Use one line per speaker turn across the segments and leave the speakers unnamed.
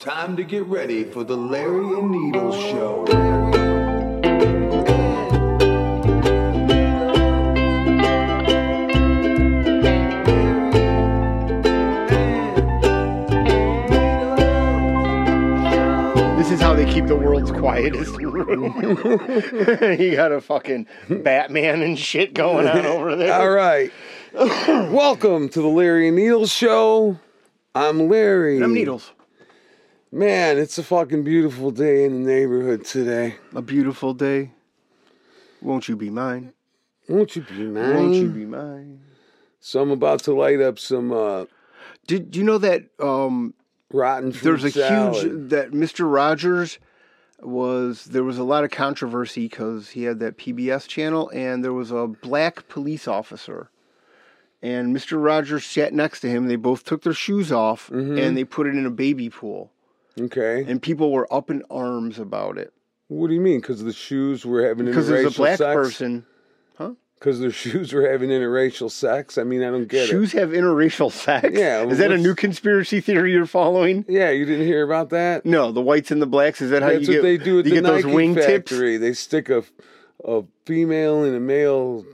Time to get ready for the Larry and Needles show.
This is how they keep the world's quietest room. you got a fucking Batman and shit going on over
All
there.
right. Welcome to the Larry and Needles Show. I'm Larry.
Them needles.
Man, it's a fucking beautiful day in the neighborhood today.
A beautiful day. Won't you be mine?
Won't you be mine?
Won't you be mine?
So I'm about to light up some uh,
Did you know that um,
rotten fruit
there's a
salad.
huge that Mr. Rogers was there was a lot of controversy because he had that PBS channel and there was a black police officer. And Mr. Rogers sat next to him. and They both took their shoes off
Mm-hmm.
and they put it in a baby pool.
Okay.
and people were up in arms about it
What do you mean? Because the shoes were having
because
interracial
there's a black
sex?
person.
Because the shoes were having interracial sex? I mean, I don't get it.
Shoes have interracial sex.
Yeah,
is that a
what's-
new conspiracy theory you're following?
Yeah, you didn't hear about that?
No, the whites and the blacks. Is that how
That's what
you get?
they do at
you
the
get those
Nike
wing tips.
factory. They stick a a female in a male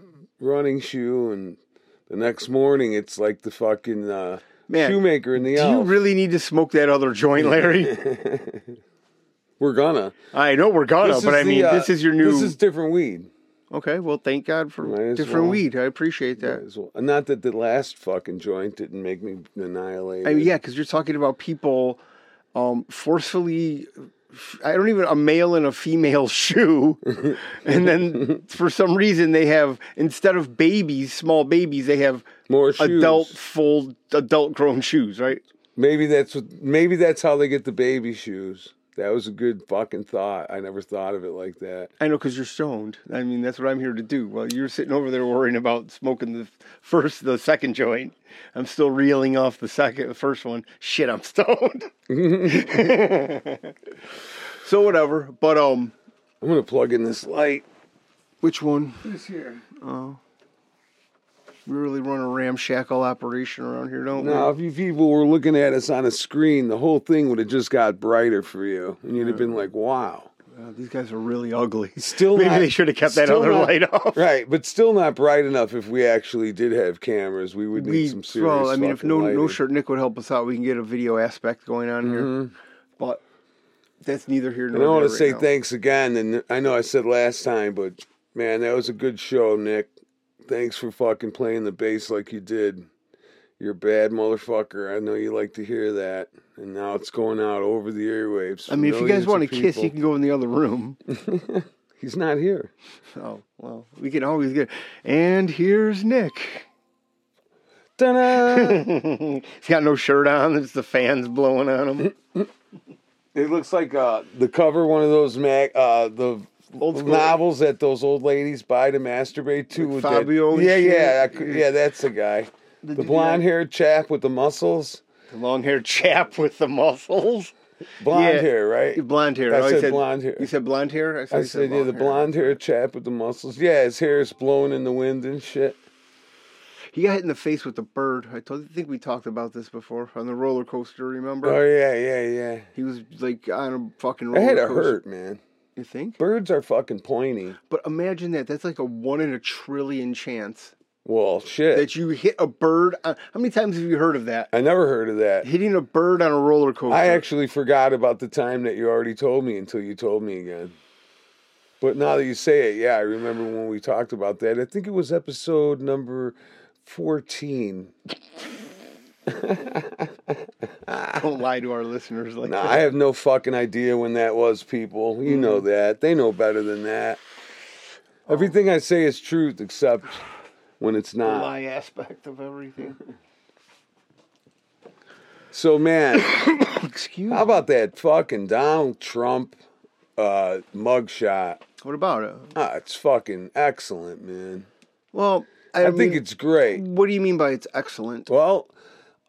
running shoe, and the next morning it's like the fucking uh,
Man,
shoemaker in the
Do you
elf.
really need to smoke that other joint, Larry?
We're gonna.
I know we're gonna,
This
but
is
I mean,
the, uh,
this is your new.
This is different weed.
Okay, well, thank God for
Might as
different
well.
weed. I appreciate that.
As well. Not that the last fucking joint didn't make me annihilate.
I mean, yeah, because you're talking about people um, forcefully. I don't even a male and a female shoe, and then for some reason they have instead of babies, small babies, they have
more shoes.
adult full adult grown shoes, right?
Maybe that's what. Maybe that's how they get the baby shoes. That was a good fucking thought. I never thought of it like that.
I know because you're stoned. I mean, that's what I'm here to do. Well, you're sitting over there worrying about smoking the first, the second joint. I'm still reeling off the second, the first one. Shit, I'm stoned. so whatever. But um,
I'm gonna plug in this light.
Which one?
This here.
We really run a ramshackle operation around here, don't
Now, if you people were looking at us on a screen, the whole thing would have just got brighter for you, and you'd have been like, "Wow."
we? Uh, these guys are really ugly.
Still,
Maybe
not-
they should have kept that
still
other
not-
light off.
Right, but still not bright enough. If we actually did have cameras, we would need
We,
some serious.
well, I mean, if
fucking
no no
lighting. Mm-hmm.
shirt Nick would help us out, we can get a video aspect going on here. But that's neither here nor
And I want
there
to say
right now.
thanks again, and I know I said last time, but man, that was a good show, Nick. Thanks for fucking playing the bass like you did. You're a bad motherfucker. I know you like to hear that, and now it's going out over the airwaves.
I mean, if you guys want to kiss, you
people.
can go in the other room.
He's not here.
oh well, we can always get. And here's Nick.
Ta-da!
He's got no shirt on. It's the fans blowing on him.
it looks like uh, the cover of one of those mag, uh, the
Old school.
novels that those old ladies buy to masturbate to. with that-
Fabio and
yeah,
shit?
yeah, I cou- yeah. That's the guy. The blonde-haired chap with the muscles.
long haired chap with the muscles.
Blonde
Yeah.
hair, right?
Blonde hair.
I
always
said blonde hair.
You said blonde hair. said,
I
you
said, yeah, the
hair.
blonde haired chap with the muscles. Yeah, his hair is blowing in the wind and shit.
He got hit in the face with a bird. I told, I think we talked about this before on the roller coaster. Remember?
Oh yeah, yeah, yeah.
He was like on a fucking
I
roller
had a
coaster.
hurt, man.
You think?
Birds are fucking pointy.
But imagine that. That's like a one in a trillion chance
Well, shit.
that you hit a bird. On, how many times have you heard of that?
I never heard of that.
Hitting a bird on a roller coaster.
I actually forgot about the time that you already told me until you told me again. But now that you say it, yeah, I remember when we talked about that. I think it was episode number 14.
don't lie to our listeners like
Nah,
that.
I have no fucking idea when that was, people. You know that. They know better than that. Everything I say is truth except when it's
The
not.
lie aspect of everything.
So, man,
Excuse
how about that fucking Donald Trump uh, mugshot?
What about it?
Ah, it's fucking excellent, man.
Well, I,
I,
mean,
think it's great.
What do you mean by it's excellent?
Well,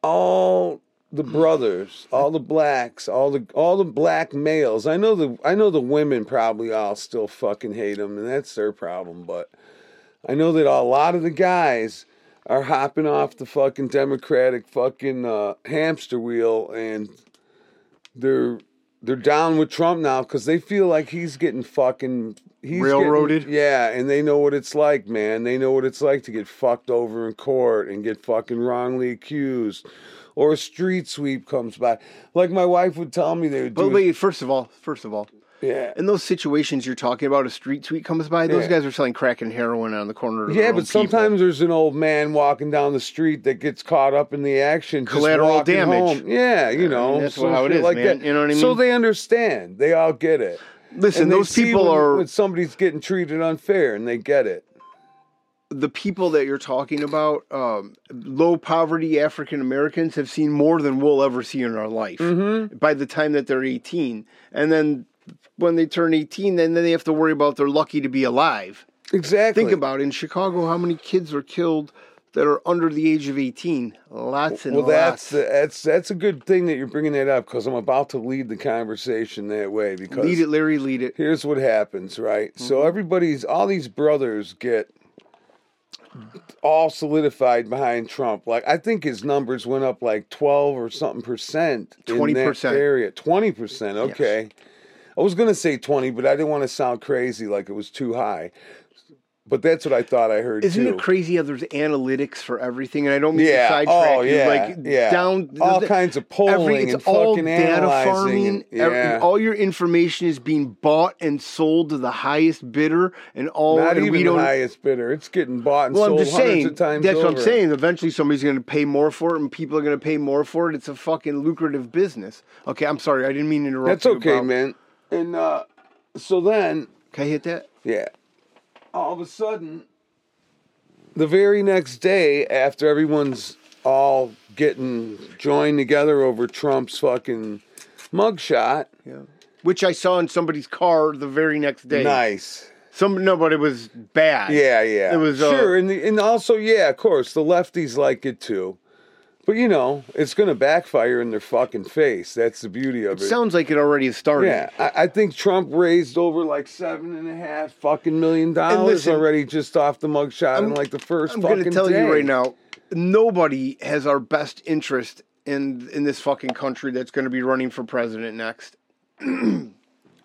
all the brothers, all the blacks, all the all the black males. I know the I know the women probably all still fucking hate him, and that's their problem. But I know that a lot of the guys are hopping off the fucking Democratic fucking uh, hamster wheel and they're they're down with Trump now because they feel like he's getting fucking he's getting-
Railroaded?
yeah, and they know what it's like, man. They know what it's like to get fucked over in court and get fucking wrongly accused, or a street sweep comes by. Like my wife would tell me they would do.
But wait, first of all, first of all,
yeah,
in those situations you're talking about, a street tweet comes by. Those
Yeah.
guys are selling crack and heroin on the corner. Of their
Yeah,
own
but sometimes there's an old man walking down the street that gets caught up in the action. just
Collateral
walking
damage.
home. Yeah, you know
that's
some
how it
shit
is,
like
man.
that.
You know what I
So
mean?
they understand. They all get it.
people. listen.
and they
Those
see
people
when,
are
when somebody's getting treated unfair, and they get it.
the people that you're talking about. Um, low poverty African Americans have seen more than we'll ever see in our life.
Mm-hmm.
By the time that they're 18, and then when they turn 18, then then they have to worry about they're lucky to be alive.
Exactly.
Think about in Chicago how many kids are killed that are under the age of 18. Lots and
well, that's
lots.
that's that's a good thing that you're bringing that up because I'm about to lead the conversation that way. Because
lead it, Mm-hmm. Larry. Lead it.
here's what happens, right? So everybody's all these brothers get all solidified behind Trump. Like I think his numbers went up like twelve or something percent. in that
20%.
area. Twenty percent. Okay. I was gonna say twenty, but I didn't want to sound crazy like it was too high. But that's what I thought I heard
Isn't
too.
it crazy how there's analytics for everything? And I don't mean
Yeah.
to sidetrack
Oh,
you.
yeah.
Like
Yeah.
down
All kinds of polling
it's
and
all
fucking
data
analyzing
farming.
and-
Every-
yeah.
all your information is being bought and sold to the highest bidder, and all
Not
and
even
we
the
don't.
highest bidder. It's getting bought and
well, I'm
sold
just
hundreds
saying.
of times.
That's what I'm
over.
saying. Eventually, somebody's going to pay more for it, and people are going to pay more for it. It's a fucking lucrative business. Okay, I'm sorry, I didn't mean to interrupt.
That's
you
okay,
about-
man. And uh, so then
Can I hit that?
Yeah. All of a sudden, the very next day after everyone's all getting joined together over Trump's fucking mugshot.
Yeah. Which I saw in somebody's car the very next day.
Nice.
Some no, but it was bad.
Yeah, yeah.
It was, uh,
sure, and and also yeah, of course, the lefties like it too. But you know, it's gonna backfire in their fucking face. That's the beauty of it.
Sounds like it already has started.
yeah, I, I think Trump raised over like seven and a half fucking million dollars
listen,
already just off the mugshot in
I'm-
like the 1st fucking
I'm going to tell
day.
you right now, nobody has our best interest in in this fucking country that's going to be running for president next.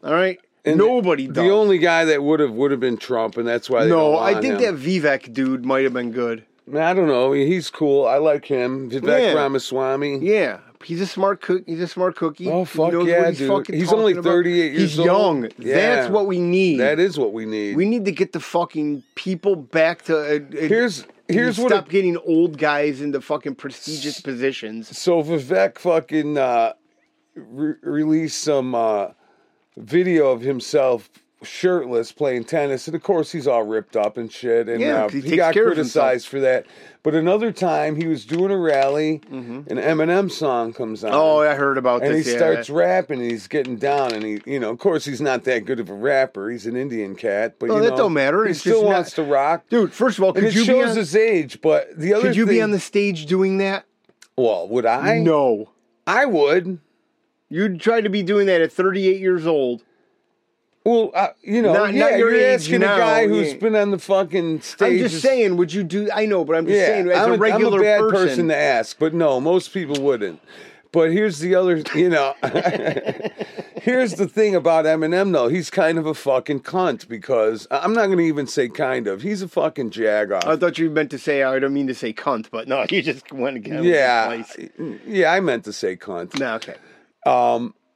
All right,
And
nobody
the,
does.
The only guy that would have would have been Trump, and that's why. They
no,
don't
I
want
think
him.
that Vivek dude might have been good.
Man, I don't know. He's cool. I like him. Vivek
Yeah.
Ramaswamy.
Yeah, he's a smart cook. He's a smart cookie.
Oh,
He
fuck
knows
yeah,
what he's
dude.
fucking
He's only
talking about.
38 years
he's
old.
young.
Yeah.
That's what we need.
That is what we need.
We need to get the fucking people back to. Uh, uh,
here's here's what.
stop
it-
getting old guys into fucking prestigious positions.
so Vivek fucking uh, re- released some uh, video of himself shirtless playing tennis, and of course he's all ripped up and shit. And
Yeah,
uh,
'cause he
he,
takes
got
care of himself.
criticized for that. But another time he was doing a rally, an Eminem song comes on.
Mm-hmm. Oh, I heard about
and
this.
he
yeah.
starts rapping and he's getting down and he you know of course he's not that good of a rapper he's an indian cat but
No,
you
Oh, that
know,
don't matter.
he
It's
still
just not-
wants to rock
Dude, first of all,
and
could
it
you be
shows
on,
his age but the other
could you
thing,
be on the stage doing that?
well would i
no.
i would
You'd try to be doing that at 38 years old.
well uh, you know
Not-
yeah,
not your
you're
age
asking
now,
a guy who's
yeah.
been on the fucking stage
I'm just saying, would you do? I know, but I'm just
yeah
saying, as
I'm,
a regular
I'm a bad person.
person,
to ask but no most people wouldn't but here's the other you know Here's the thing about Eminem, though. He's kind of a fucking cunt because I'm not going to even say kind of. He's a fucking jagoff.
I thought you meant to say, I don't mean to say cunt, but no, you just went to get
yeah, yeah. I meant to say cunt.
No, okay.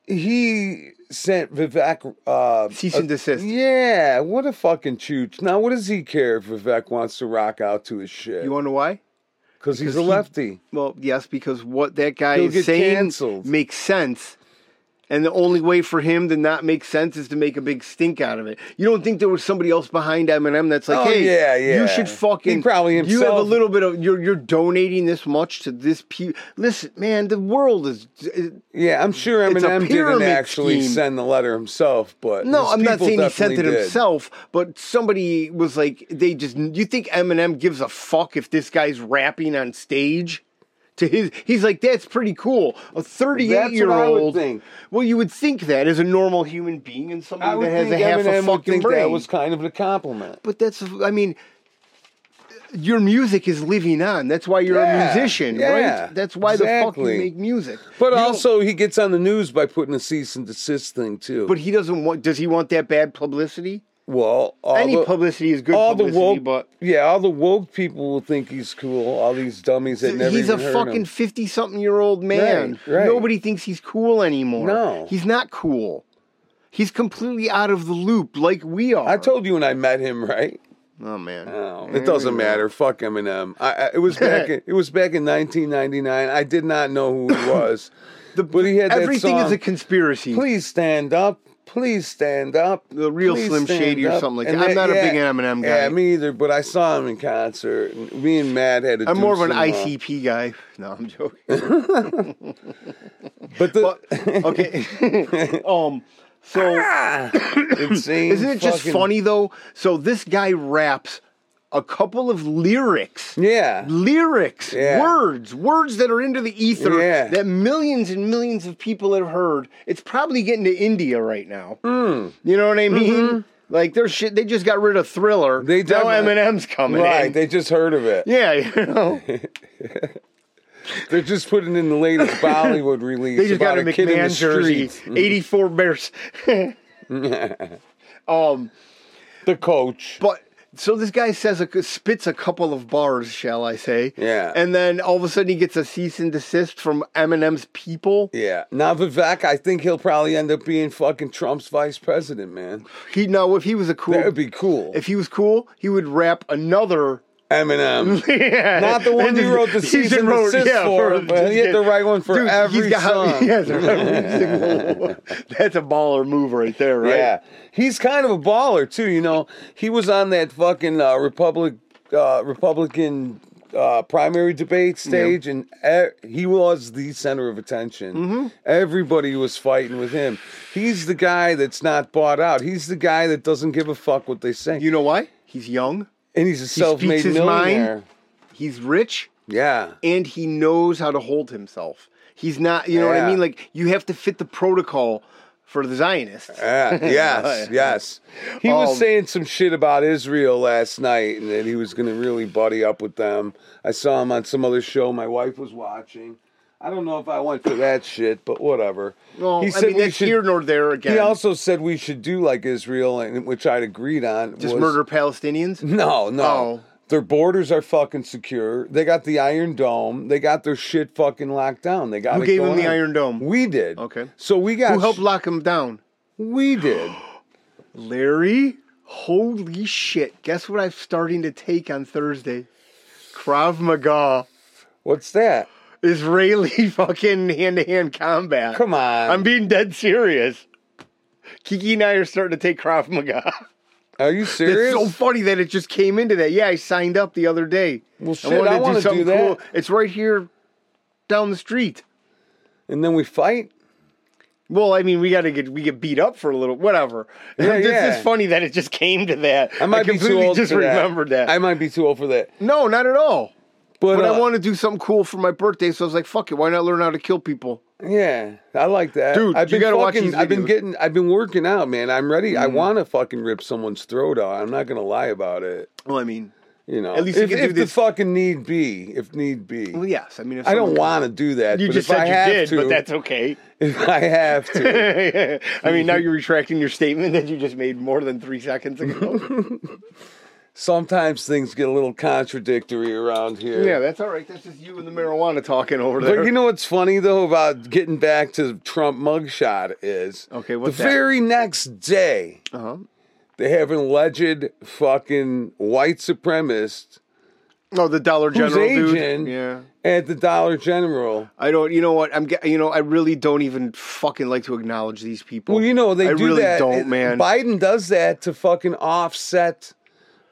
He sent Vivek. Uh,
Cease and desist.
yeah, what a fucking chooch. Now, what does he care if Vivek wants to rock out to his shit?
You want to know why?
Because he's a
because he-
lefty.
Well, yes, because what that guy
He'll
is
get
saying
canceled.
makes sense. And the only way for him to not make sense is to make a big stink out of it. You don't think there was somebody else behind Eminem that's like,
Oh,
"Hey,
yeah, yeah.
you should fucking
He probably
you have a
himself-
little bit of you're you're donating this much to this pe- Listen, man, the world is
Yeah, I'm sure
It's a
Eminem didn't
pyramid
actually
scheme.
send the letter himself, but
no,
his
I'm not
people
saying he sent it
definitely did.
himself, but somebody was like, they just, you think Eminem gives a fuck if this guy's rapping on stage? To his, he's like, that's pretty cool. A 38
That's
year
what I would
old.
think.
Well, you would think that as a normal human being and
I
somebody
would
that has
think
a half
Eminem
a
would
fucking
think
brain.
that was kind of a compliment.
But that's, I mean, your music is living on. That's why you're
Yeah,
a musician,
yeah,
right? That's why the fuck
exactly.
you make music.
But
You don't-
also, he gets on the news by putting a cease and desist thing too.
but he doesn't want. Does he want that bad publicity?
well, all
Any
the,
publicity is good
all the
publicity,
woke,
but
yeah, all the woke people will think he's cool. All these dummies that never
he's a
even heard
fucking
him.
fifty-something-year-old man.
Right, right.
Nobody thinks he's cool anymore.
No.
he's not cool. He's completely out of the loop, like we are.
I told you when I met him, right?
Oh man,
No, it doesn't matter. Fuck Eminem. I, I, it was back. In, it was back in 1999. I did not know who he was, but he had that
everything is
song,
a conspiracy.
Please stand up. Please stand up.
The real
Please
Slim
stand
Shady or
up."
something like
And
that. I'm not a big Eminem guy.
Yeah, me either. But I saw him in concert. and Me and Matt had. A
I'm more of an
threesome, uh,
ICP guy. No, I'm joking.
But the,
okay. um. So
insane.
isn't it just
fucking-
funny though? So this guy raps a couple of lyrics.
Yeah.
Lyrics,
Yeah.
words, words that are into the ether
Yeah.
that millions and millions of people have heard. It's probably getting to India right now.
Mm.
You know what I mean? Like their shit, they just got rid of Thriller.
Mm-hmm. They
now
definitely-
Eminem's coming
Right,
in.
they just heard of it.
yeah, you know.
They're just putting in the latest Bollywood release.
They just
about
got a
a kid in the
McMahon jersey,
streets. Mm.
eighty-four Bears. um,
The coach.
but so this guy says a, spits a couple of bars, shall I say?
Yeah.
And then all of a sudden he gets a cease and desist from Eminem's people.
Yeah. Now Vivek, I think he'll probably end up being fucking Trump's vice president, man.
He no, if he was a cool,
That would be cool.
if he was cool, he would rap another.
Eminem.
Yeah.
Not the one he wrote the
He
cease
just
and
wrote-
desist
yeah,
for, but he had the right one for
Dude, he's
every
got-
song.
yes, for every single one. That's a baller move right there, right?
Yeah. He's kind of a baller too, you know. He was on that fucking uh, Republic uh, Republican uh, primary debate stage, and e- he was the center of attention.
Mm-hmm.
Everybody was fighting with him. He's the guy that's not bought out. He's the guy that doesn't give a fuck what they say.
You know why? He's young.
and he's a self-made
his mind.
millionaire.
He's rich.
Yeah.
and he knows how to hold himself. He's not, you know what I
Yeah.
mean? Like you have to fit the protocol for the Zionists.
Yeah, yes, yes. He was
Um,
saying some shit about Israel last night and that he was going to really buddy up with them. I saw him on some other show my wife was watching. I don't know if I went for that shit, but whatever.
well, I mean, that's here nor there again.
He also said we should do like Israel, and which I'd agreed on.
just
was- Mm-hmm.
murder Palestinians.
No, no.
Oh.
Their borders are fucking secure. They got the Iron Dome. They got their shit fucking locked down. They got
Who
it
gave 'em
going
the
on.
Iron Dome?
We did.
Okay.
So we got
Who helped lock him down?
We did.
Larry, holy shit! Guess what I'm starting to take on Thursday? Krav Maga,
What's that?
Israeli fucking hand-to-hand combat.
Come on.
I'm being dead serious. Kiki and I are starting to take Krav Maga.
Are you
It's
serious?
so funny that it just came into that. Yeah, I signed up the other day.
Well, shit, I wanna do that.
It's right here down the street.
and then we fight?
Well, I mean, we got to get we get beat up for a little, whatever.
Yeah,
it's
yeah.
just funny that it just came to that.
I might be
completely
too old
just
for
remembered that.
I might be too old for that.
no, not at all.
But,
But
uh,
I want to do something cool for my birthday, so I was like, "Fuck it, why not learn how to kill people?"
yeah, I like that.
Dude,
I've
you
been
gotta watch
fucking,
these
I've been
videos. Mm.
getting I've been working out, man. I'm ready. I want to fucking rip someone's throat out. I'm not going to lie about it,
Well, I mean,
you know.
At least you
if,
can do
if the
this-
fucking need be, if need be.
well, yes. I mean, if
I don't
someone-
want to do that,
You
but
just
if
said
I
you
have
did,
to,
but that's okay.
if I have to.
I mean, now you're retracting your statement that you just made more than three seconds ago.
Sometimes things get a little contradictory around here.
yeah, that's all right. That's just you and the marijuana talking over there.
But you know what's funny though about getting back to Trump mugshot is
Okay, what's
the
that?
very next day
uh-huh.
they have an alleged fucking white supremacist
Oh, the Dollar
who's
General
agent
dude. Yeah.
at the Dollar General.
I don't. You know what? I'm. ge- You know, I really don't even fucking like to acknowledge these people.
Well, you know they
I
do
really
that.
don't, man.
Biden does that to fucking offset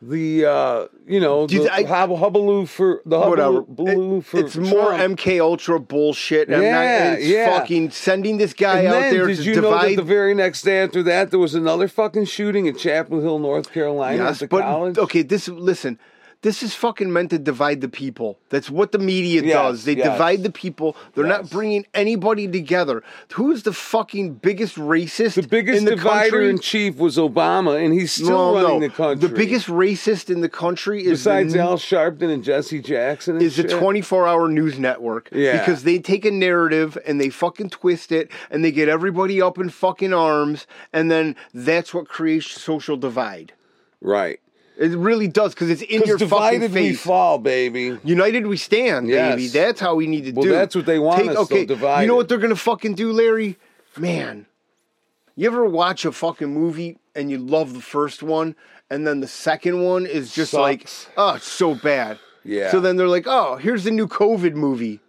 the uh, you know
Do you
the
th- I-
hub- hubbleoo for the
Whatever.
hubbleoo
uh, It-
for
it's more
Trump.
MK Ultra bullshit. and I'm not-
Yeah,
it's
yeah.
fucking sending this guy
And
out
then,
there
did
to
you know that
divide
the very next day after that there was another fucking shooting in Chapel Hill, North Carolina, at the
but
college?
okay, this listen. This is fucking meant to divide the people. That's what the media
Yes,
does. They
yes.
divide the people. They're not
Yes.
bringing anybody together. Who's the fucking biggest racist?
The biggest
in the
divider
country?
in chief was Obama, and he's still
No,
running
no.
the country.
The biggest racist in the country is the
besides Al Sharpton and Jesse Jackson. And
is a
shit.
24 hour news network.
Yeah.
Because they take a narrative and they fucking twist it and they get everybody up in fucking arms. And then that's what creates social divide.
right?
It really does because it's in your
Because
fucking
divided we
face.
fall, baby.
United we stand,
Yes.
baby. That's how we need to
Well,
do.
that's what they want us, though,
You know
divided.
what they're gonna fucking do, Larry? Man, you ever watch a fucking movie and you love the first one, and then the second one is just like,
Sucks.
oh, it's so bad.
Yeah.
So then they're like, oh, here's the new COVID movie.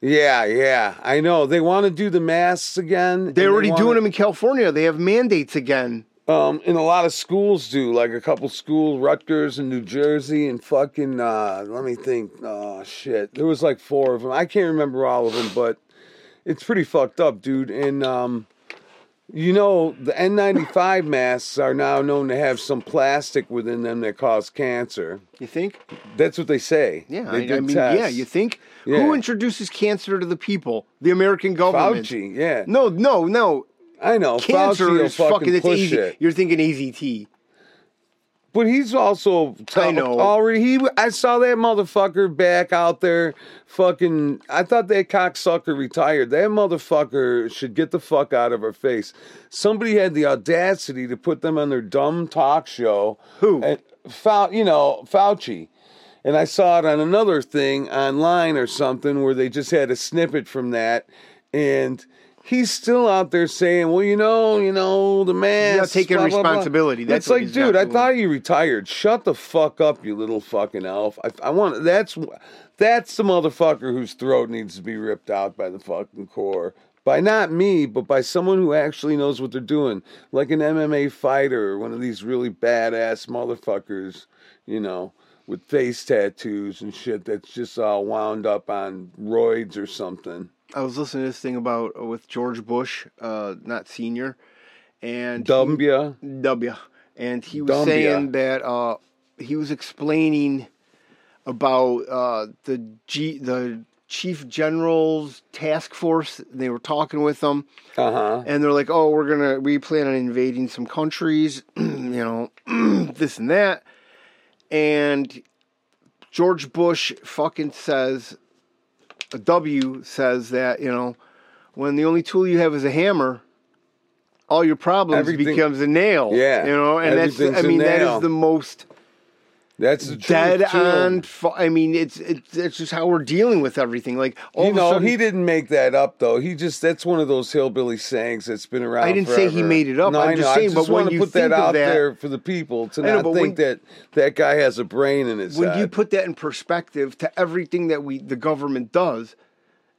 Yeah, yeah, I know. They want to do the masks again.
They're already doing them in California. They have mandates again.
Um, and a lot of schools do, like a couple schools, Rutgers in New Jersey, and fucking. Uh, let me think. Oh shit, there was like four of them. I can't remember all of them, but it's pretty fucked up, dude. And um, you know, the N95 masks are now known to have some plastic within them that cause cancer.
You think?
That's what they say.
Yeah.
they
I,
did
I mean,
tests.
yeah. You think?
Yeah.
Who introduces cancer to the people? The American government.
Fauci? Yeah,
No, no, no.
I know. Fauci
cancer
will
is fucking it's
push
easy.
it.
You're thinking AZT.
But he's also t-
I know.
already. He, I saw that motherfucker back out there, fucking. I thought that cocksucker retired. That motherfucker should get the fuck out of her face. Somebody had the audacity to put them on their dumb talk show.
Who?
And Fau- you know, Fauci. And I saw it on another thing online or something where they just had a snippet from that, and he's still out there saying, "Well, you know, you know, the man
not taking responsibility. That's
it's
what
like,
he's not
dude, I
doing.
thought you retired. Shut the fuck up, you little fucking elf. I, I want that's that's the motherfucker whose throat needs to be ripped out by the fucking core. By not me, but by someone who actually knows what they're doing, like an MMA fighter or one of these really badass motherfuckers, you know, with face tattoos and shit that's just all wound up on roids or something.
I was listening to this thing about uh, with George Bush, uh, not senior, and
Dumbia.
he- W, and he was
Dumbia.
saying that uh, he was explaining about uh, the G, the chief general's task force. They were talking with them,
Uh huh.
and they're like, "Oh, we're gonna we plan on invading some countries, you know, this and that." And George Bush fucking says, a W says that you know, when the only tool you have is a hammer, all your problems
Everything-
becomes a nail.
Yeah,
you know, and that's I
everything's a
mean that
nail.
is the most
That's the truth.
dead
too.
on. Fu- I mean, it's, it's it's just how we're dealing with everything. Like all
You
of a
know,
sudden,
he didn't make that up though. He just that's one of those hillbilly sayings that's been around.
I didn't say he
forever.
made it up.
No,
I'm
I
just
know. I
saying, but when
wanna
you
put that
think of
out
that-
there for the people to
know,
not
but
think
when-
that that guy has a brain in his
when
head.
you put that in perspective to everything that we the government does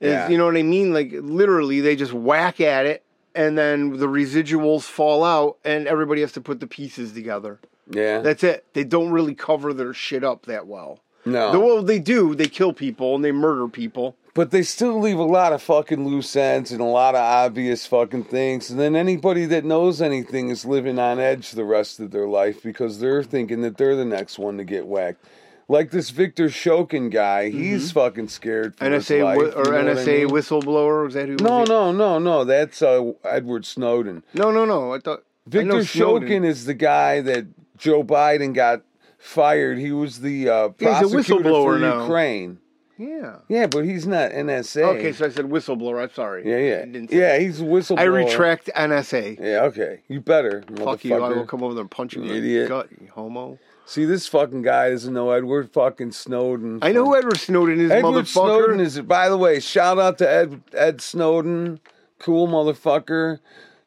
is
Yeah.
you know what i mean like literally they just whack at it and then the residuals fall out and everybody has to put the pieces together
yeah,
that's it they don't really cover their shit up that well
no,
the, well they do they kill people and they murder people
but they still leave a lot of fucking loose ends and a lot of obvious fucking things. And then anybody that knows anything is living on edge the rest of their life because they're thinking that they're the next one to get whacked. Like this Victor Shokin guy, he's
Mm-hmm.
fucking scared for his
nsa
life,
whi-
you
or
know what I
nsa
mean?
whistleblower was that who
No,
was it?
no, no, no. That's uh, Edward Snowden.
no no no i thought I know
Victor
Snowden.
Shokin is the guy that Joe Biden got fired. He was the uh,
Yeah, he's a
prosecutor for
whistleblower now.
Ukraine.
yeah
Yeah, but he's not NSA.
okay so i said whistleblower i'm sorry
yeah,
I,
yeah,
didn't say-
yeah. He's a whistleblower.
I retract nsa
Yeah, okay. You better.
Fuck you, I
motherfucker.
will come over there and punch you in the
Idiot.
gut, you homo.
See, this fucking guy doesn't know Edward fucking Snowden.
I know who Edward Snowden is,
Edward
motherfucker.
Snowden is. By the way, shout out to Ed Ed Snowden, cool motherfucker.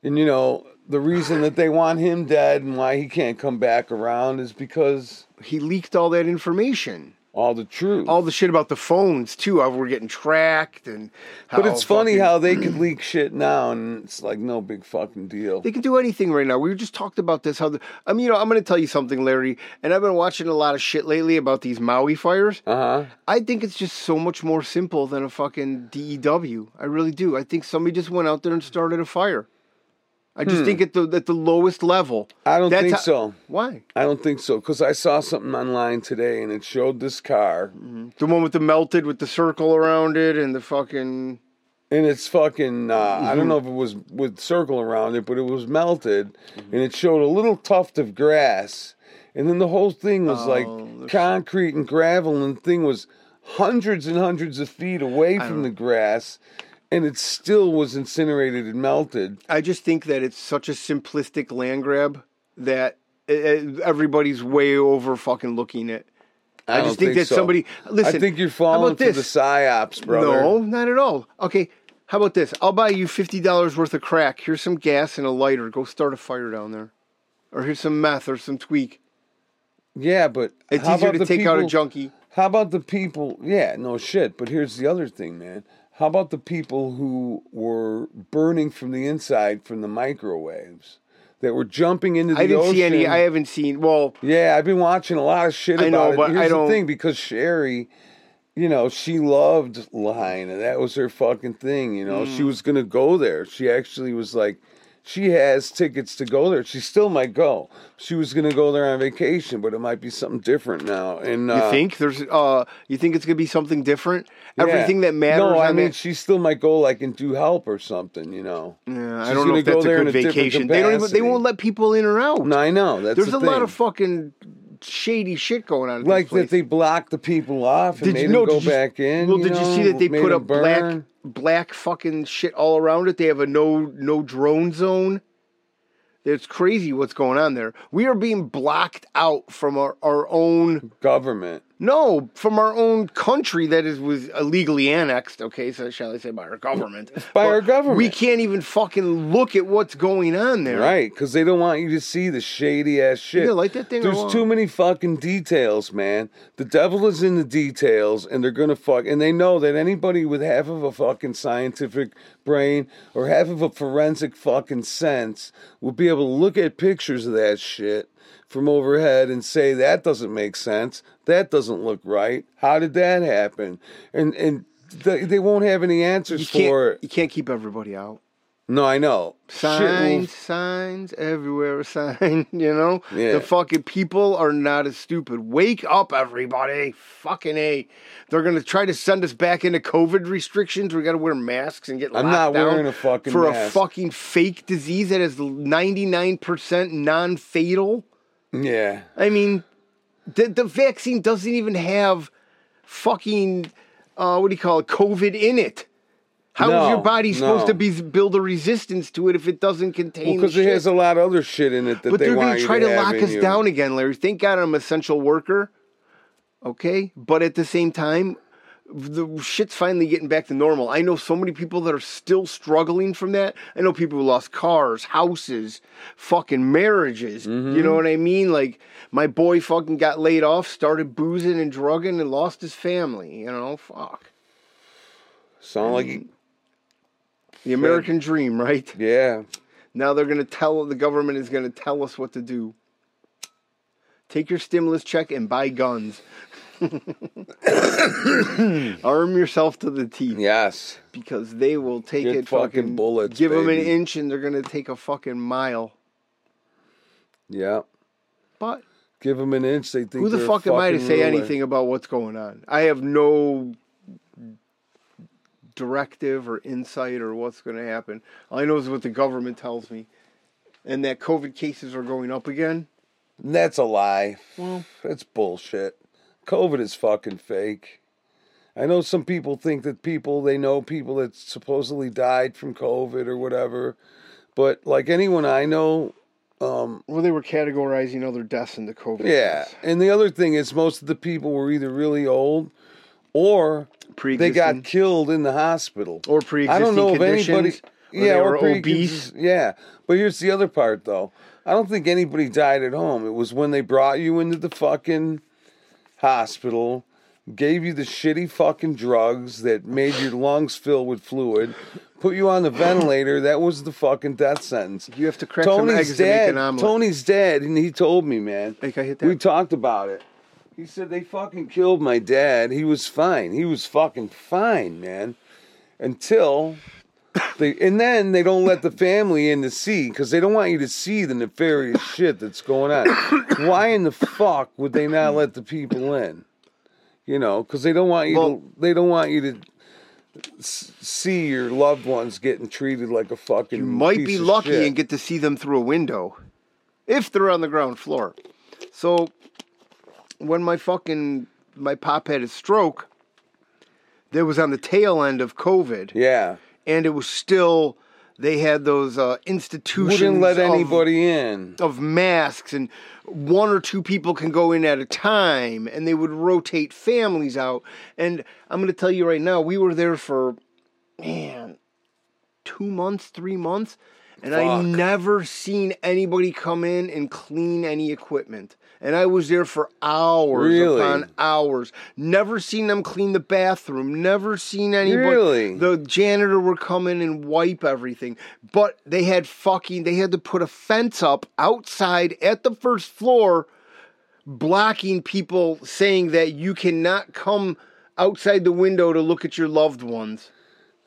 And you know the reason that they want him dead and why he can't come back around is because
he leaked all that information.
all the truth.
All the shit about the phones, too, how we're getting tracked and how
but it's funny
fucking-
how they could leak shit now and it's like no big fucking deal.
They can do anything right now. We just talked about this. How the, I mean, you know, I'm going to tell you something, Larry. And I've been watching a lot of shit lately about these Maui fires.
Uh huh.
I think it's just so much more simple E than a fucking DEW. I really do. I think somebody just went out there and started a fire. I just think at the at the lowest level.
Hmm. I don't
That's
think
how-
so.
Why?
I don't think so because I saw something online today and it showed this car
The one with the melted with the circle around it and the fucking
and it's fucking. Uh, I
Mm-hmm.
don't know if it was with circle around it, but it was melted and it showed a little tuft of grass, and then the whole thing was
Oh,
like concrete and gravel, and the thing was hundreds and hundreds of feet away from the grass, and it still was incinerated and melted.
I just think that it's such a simplistic land grab that uh, everybody's way over fucking looking it. I,
don't
just think, that
so.
somebody listen.
I think you're
how
falling
about
for
this?
the psyops, brother.
No, not at all. Okay, how about this? I'll buy you fifty dollars worth of crack. Here's some gas and a lighter. Go start a fire down there, or here's some meth or some tweak.
Yeah, but
It's
how
easier
about
to
the
take out a
people-
junkie.
How about the people? Yeah, no shit. But here's the other thing, man. How about the people who were burning from the inside from the microwaves that were jumping into the
I didn't
ocean?
see any. I haven't seen. Well,
yeah, I've been watching a lot of shit
I
about
know,
it.
but I
Here's
don't-
the thing, because Sherry, you know, she loved lying, and that was her fucking thing. You know,
Hmm.
she was gonna go there. She actually was like. She has tickets to go there. She still might go. She was gonna go there on vacation, but it might be something different now. And
you
uh,
think there's? uh You think it's gonna be something different? Everything
Yeah.
that matters.
No, I
on
mean
that-
she still might go like and do help or something. You know.
Yeah, I
She's
don't know
gonna
if that's
go
a
there in
good
a different
vacation. They don't even. They
capacity.
won't let people in or out.
No, I know. That's
There's
the
a lot
thing.
of fucking shady shit going on. At
like
this place.
that. They block the people off and
Did
made
you know?
them go
did you,
back in.
Well, did you see
know,
that they
made
put
them
up
burn.
black, black fucking shit all around it? They have a no, no drone zone. It's crazy what's going on there. We are being blocked out from our, our own
government?
no, from our own country that is was illegally annexed. Okay, so shall I say by our government?
by
But
our government.
We can't even fucking look at what's going on there.
Right, because they don't want you to see the shady ass shit.
Yeah, like that thing
There's
alone.
too many fucking details, man. The devil is in the details, and they're gonna fuck. And they know that anybody with half of a fucking scientific brain or half of a forensic fucking sense will be able to look at pictures of that shit from overhead and say that doesn't make sense. That doesn't look right. How did that happen? And and they, they won't have any answers
You
for
can't.
it.
You can't keep everybody out.
No, I know. Shit will
Signs, signs everywhere. a Sign, you know.
Yeah.
The fucking people are not as stupid. Wake up, everybody! Fucking a. They're gonna try to send us back into COVID restrictions. We gotta wear masks and get.
I'm
locked
not
down
wearing a fucking
for a
mask.
fucking fake disease that is 99 percent non-fatal.
Yeah.
I mean, the the vaccine doesn't even have fucking uh, what do you call it? COVID in it. How is
No,
your body supposed
no.
to be build a resistance to it if it doesn't contain?
because
the
it
shit?
has a lot of other shit in it that
but
they
they're
want
going to
you
try to,
have
lock
in
us
you.
down again, Larry. Thank God I'm an essential worker. Okay, but at the same time, the shit's finally getting back to normal. I know so many people that are still struggling from that. I know people who lost cars, houses, fucking marriages. You
Mm-hmm.
know what I mean? Like my boy fucking got laid off, started boozing and drugging, and lost his family. You know, fuck
Sound like you-
the American dream, right?
yeah,
Now they're going to tell the government is going to tell us what to do. Take your stimulus check and buy guns. Arm yourself to the teeth
yes.
because they will take
Get
it
fucking bullets,
Give them an
baby.
inch and they're going to take a fucking mile.
Yeah.
But
Give them an inch. They think
who the
they're a
fuck am I to
fucking
say
ruler.
anything about what's going on? I have no directive or insight or what's going to happen. All I know is what the government tells me. And that COVID cases are going up again.
That's a lie. Well, that's bullshit. COVID is fucking fake. I know some people think that people they know people that supposedly died from COVID or whatever, but like anyone I know,
Well, they were categorizing other deaths into COVID.
yeah. And the other thing is, most of the people were either really old or they got
Pre-existing.
killed in the hospital
or pre-existing
I don't know
conditions.
if anybody.
or
yeah,
they
or
were obese.
pre-conce- Yeah, but here's the other part though. I don't think anybody died at home. It was when they brought you into the fucking hospital, gave you the shitty fucking drugs that made your lungs fill with fluid, put you on the ventilator. That was the fucking death sentence.
You have to crack some eggs
Tony's
to make
dad.
an omelet.
Tony's dad, and he told me, man.
Like I hit that.
We talked about it. He said they fucking killed my dad. He was fine. He was fucking fine, man. Until They, and then they don't let the family in to see because they don't want you to see the nefarious shit that's going on. Why in the fuck would they not let the people in? You know, because they don't want you.
Well-
to, they don't want you to s- see your loved ones getting treated like a fucking.
You might
piece
be
of
lucky
shit.
and get to see them through a window if they're on the ground floor. So when my fucking my pop had a stroke, there was on the tail end of COVID,
Yeah,
and it was still they had those uh, institutions
wouldn't let
of-
anybody in.
of masks and one or two people can go in at a time and they would rotate families out and i'm going to tell you right now we were there for man 2 months 3 months and i
Fuck.
never seen anybody come in and clean any equipment and i was there for hours
Really?
upon hours never seen them clean the bathroom never seen anybody
Really?
the janitor would come in and wipe everything. But they had fucking they had to put a fence up outside at the first floor blocking people saying that you cannot come outside the window to look at your loved ones.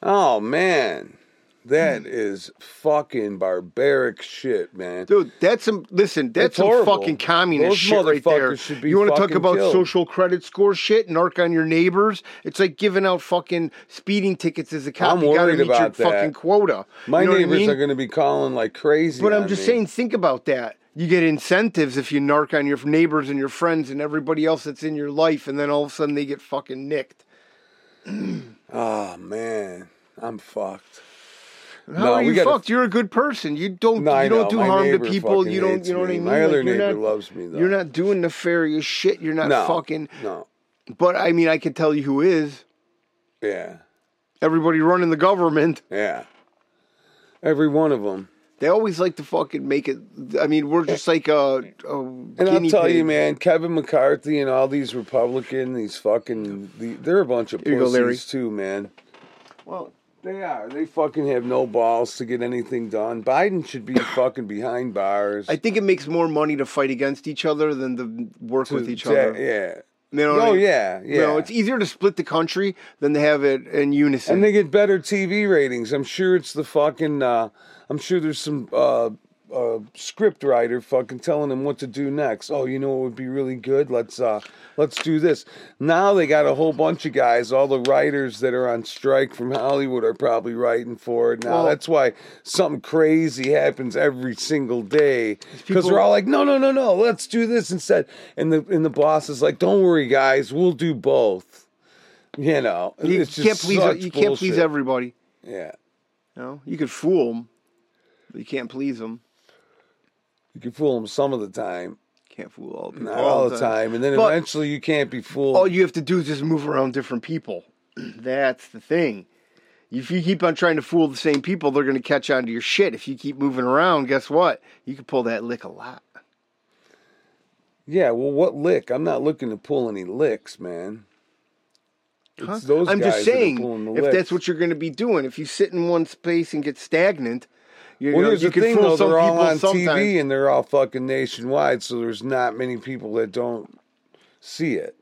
Oh man, that is fucking barbaric shit, man.
Dude, that's some listen, that's
It's
some
horrible.
fucking communist
Those
shit right there.
motherfuckers should be
you wanna talk
fucking
about
killed.
social credit score shit, narc on your neighbors? It's like giving out fucking speeding tickets as a cop.
I'm
you gotta
worried
meet your
about that.
fucking quota.
My
You know what I
neighbors
mean?
are going to be calling like crazy.
But
on
I'm just
me.
saying, think about that. You get incentives if you narc on your neighbors and your friends and everybody else that's in your life, and then all of a sudden they get fucking nicked.
Oh man, I'm fucked.
How
No,
are
we
you
gotta-
fucked? You're a good person. You don't
No, I
you don't
know.
do
My
harm to
neighbor
people.
fucking
You don't
hates
you know what I
me.
mean?
My other
you're
neighbor
not,
loves me, though.
You're not doing nefarious shit. You're not
No,
fucking.
no,
But I mean, I can tell you who is.
yeah,
Everybody running the government.
yeah. Every one of them.
They always like to fucking make it. I mean, we're just like a. a
And I'll
guinea
tell you,
pig.
man, Kevin McCarthy and all these Republican, these fucking, the, they're a bunch of
you go,
pussies
Larry.
too, man.
Well,
They are. They fucking have no balls to get anything done. Biden should be fucking behind bars.
I think it makes more money to fight against each other than to work with each
Yeah,
other.
Yeah.
You know what I
Oh
mean?
e- yeah, yeah.
You know, it's easier to split the country than to have it in unison.
and they get better TV ratings. I'm sure it's the fucking. Uh, I'm sure there's some uh, uh, script writer fucking telling them what to do next. Oh, you know what would be really good? Let's uh, let's do this. Now they got a whole bunch of guys. All the writers that are on strike from Hollywood are probably writing for it now.
Well-
That's why something crazy happens every single day because
people-
we're all like, no, no, no, no, let's do this instead. And the and the boss is like, don't worry, guys, we'll do both. You know,
you
it's just
can't please
such
you can't please
bullshit.
everybody.
Yeah.
You know, you could fool them, but you can't please them.
You can fool them some of the time,
Can't fool all the people
not all, the time. And then
But-
eventually you can't be fooled.
All you have to do is just move around different people. That's the thing. If you keep on trying to fool the same people, they're going to catch on to your shit. If you keep moving around, guess what? You can pull that lick a lot.
yeah, well, what lick? I'm not looking to pull any licks, man. It's
Huh?
those
I'm
guys
just
that are
saying,
pulling the
if
licks.
that's what you're going to be doing, if you sit in one space and get stagnant, you,
Well,
know,
here's
you
the
can
thing,
fool
though.
some
They're all
people
on
sometimes.
TV and they're all fucking nationwide, so there's not many people that don't see it.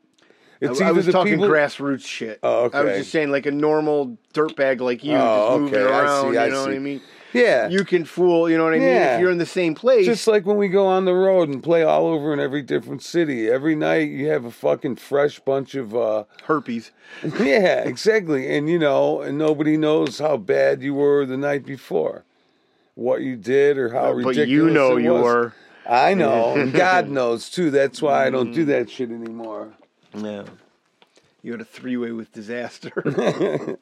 It's
I, I
either
was
the
talking
people.
grassroots shit.
Oh,
I was
okay.
just saying, like a normal dirtbag like you,
Oh,
just moving
okay, I see,
around.
I
you know what
see.
I mean?
yeah,
You can fool. You know what I mean?
Yeah.
If you're in the same place,
just like when we go on the road and play all over in every different city. Every night you have a fucking fresh bunch of. uh
herpes.
yeah, exactly. And you know, and nobody knows how bad you were the night before, what you did, or how ridiculous.
but you know
it
you
was.
were. Mm.
I know, and God knows too. That's why I don't do that shit anymore.
Yeah. You had a three way with disaster.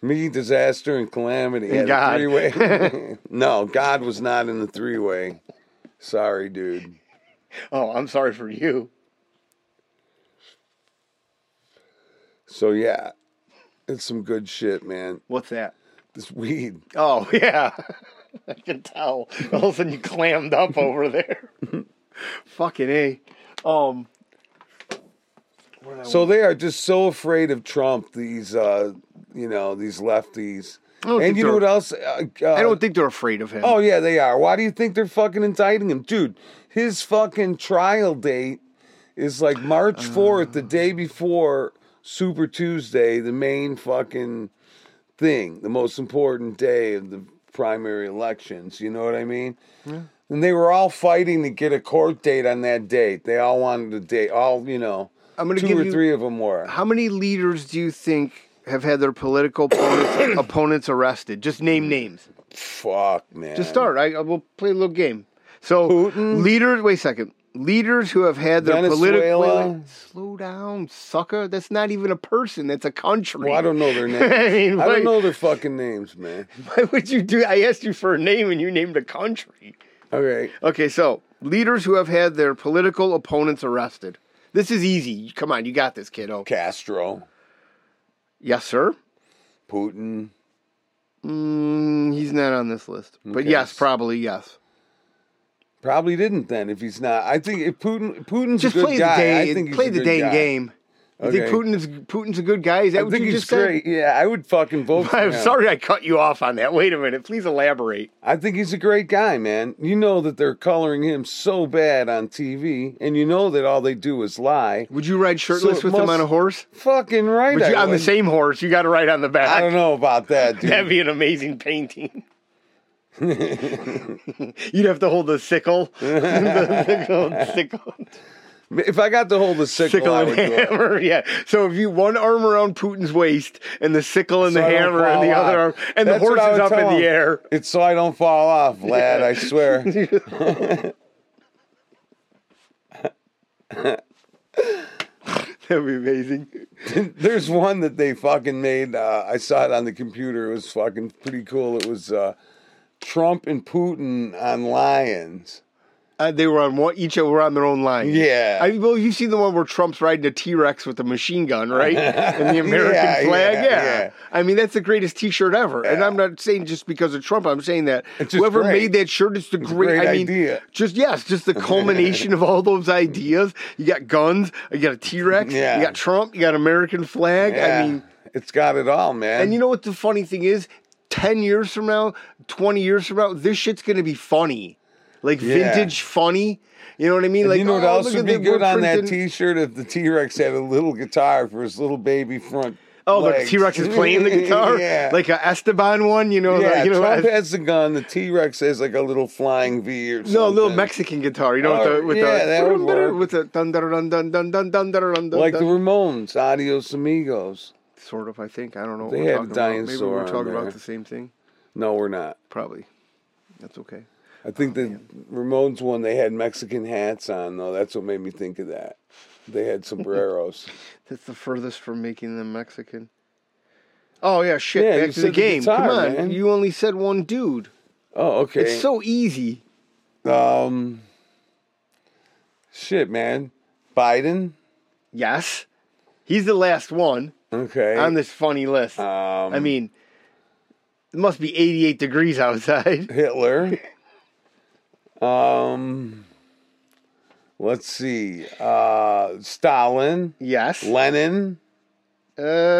Me, disaster, and calamity.
And
had
God.
a three-way. no, God was not in the three-way. Sorry, dude.
oh, I'm sorry for you.
So yeah, it's some good shit, man.
What's that?
This weed.
Oh yeah, I can tell. All of a sudden you clammed up over there. Fucking a. Um,
So they are just so afraid of Trump. These, uh, you know, these lefties. And
don't think
you know
they're-
what else? Uh, uh,
I don't think they're afraid of him.
Oh yeah, they are. Why do you think they're fucking indicting him, dude? His fucking trial date is like March
Uh.
fourth, the day before Super Tuesday, the main fucking thing, the most important day of the primary elections. You know what I mean? And they were all fighting to get a court date on that date. They all wanted a date. All you know,
I'm gonna
two
give
or
you-
three of them were.
How many leaders do you think have had their political opponents, opponents arrested? Just name
Mm.
names.
Fuck man.
Just start. I, I will play a little game. So
Putin?
leaders. Wait a second. Leaders who have had their
Venezuela?
political. Slow down, sucker. That's not even a person. That's a country.
Well, I don't know their names.
I mean,
I
why-
don't know their fucking names, man.
Why would you do? I asked you for a name and you named a country.
Okay.
Okay, so leaders who have had their political opponents arrested. This is easy. Come on, you got this, kiddo.
Castro,
Yes, sir.
Putin.
Mm, he's not on this list, but
Okay.
yes, probably yes.
Probably didn't then if he's not. I think if Putin Putin's
Just
a good
play
guy.
the day.
I think he's
play
a
the
good
day
guy.
and game. You
Okay.
think Putin is Putin's a good guy? Is that
I
what
think
you
he's
just said?
great. Yeah, I would fucking vote for
I'm
him.
sorry I cut you off on that. Wait a minute. Please elaborate.
I think he's a great guy, man. You know that they're coloring him so bad on TV, and you know that all they do is lie.
Would you ride shirtless
it
with him
must-
on a horse?
Fucking right.
Would
I
you, on the
would.
same horse, you got to ride on the back.
I don't know about that, dude.
That'd be an amazing painting. You'd have to hold the sickle, the, the gold sickle,
if I got to hold the sickle,
sickle
I
and
would do it.
hammer. Yeah. So if you one arm around Putin's waist and the sickle and
So
the
I don't
hammer and the
fall
other arm
off.
and
That's
the
what
horse
I
is
would
up in
tell
the
him.
air.
It's so I don't fall off, lad. I swear.
That'd be amazing.
There's one that they fucking made. Uh, I saw it on the computer. It was fucking pretty cool. It was uh, Trump and Putin on lions.
Uh, they were on one. Each were on their own line.
Yeah.
I well, you've seen the one where Trump's riding a T Rex with a machine gun, right? And the American
Yeah,
flag.
yeah,
Yeah,
yeah.
I mean, that's the greatest T-shirt ever. And I'm not saying just because of Trump. I'm saying that
It's just
whoever
great.
made that shirt, it's the great.
great
I mean,
idea.
just yes, just the culmination of all those ideas. You got guns. You got a T Rex.
Yeah.
You got Trump. You got American flag.
Yeah.
I mean,
it's got it all, man.
and you know what the funny thing is? 10 years from now, 20 years from now, this shit's going to be funny. Like
Yeah.
vintage funny. You know what I mean? like,
you know what
"Oh,
else
look
would
at
be
the-
good
we're
on that
printing-"
T-shirt if the T-Rex had a little guitar for his little baby front.
Oh, the
legs.
T Rex is playing the guitar?
yeah,
Like a Esteban one, you know?
yeah.
like, you know
Trump
Es-
has the gun. The T-Rex has like a little flying V or something.
no, a little Mexican guitar, you know, with
Oh,
the with
yeah,
the
that would work.
with the dun dun dun dun dun dun dun dun dun dun
like the
dun.
Ramones, Adios Amigos.
sort of. I think I don't know. What
They
we're
had a
talking about. Maybe
dinosaur
we're
on
talking
there.
about the same thing.
No, we're not.
Probably. That's okay.
I think
Oh,
the Ramones one they had Mexican hats on though. That's what made me think of that. They had sombreros.
That's the furthest from making them Mexican. Oh yeah, shit.
Yeah, you
Back to
said
the
the
game.
guitar,
Come on,
man.
you only said one dude.
oh, okay.
It's so easy.
um, shit, man. Biden.
Yes, he's the last one
Okay.
on this funny list.
um,
I mean, it must be 88 degrees outside.
Hitler. um, let's see. Uh, Stalin.
Yes.
Lenin.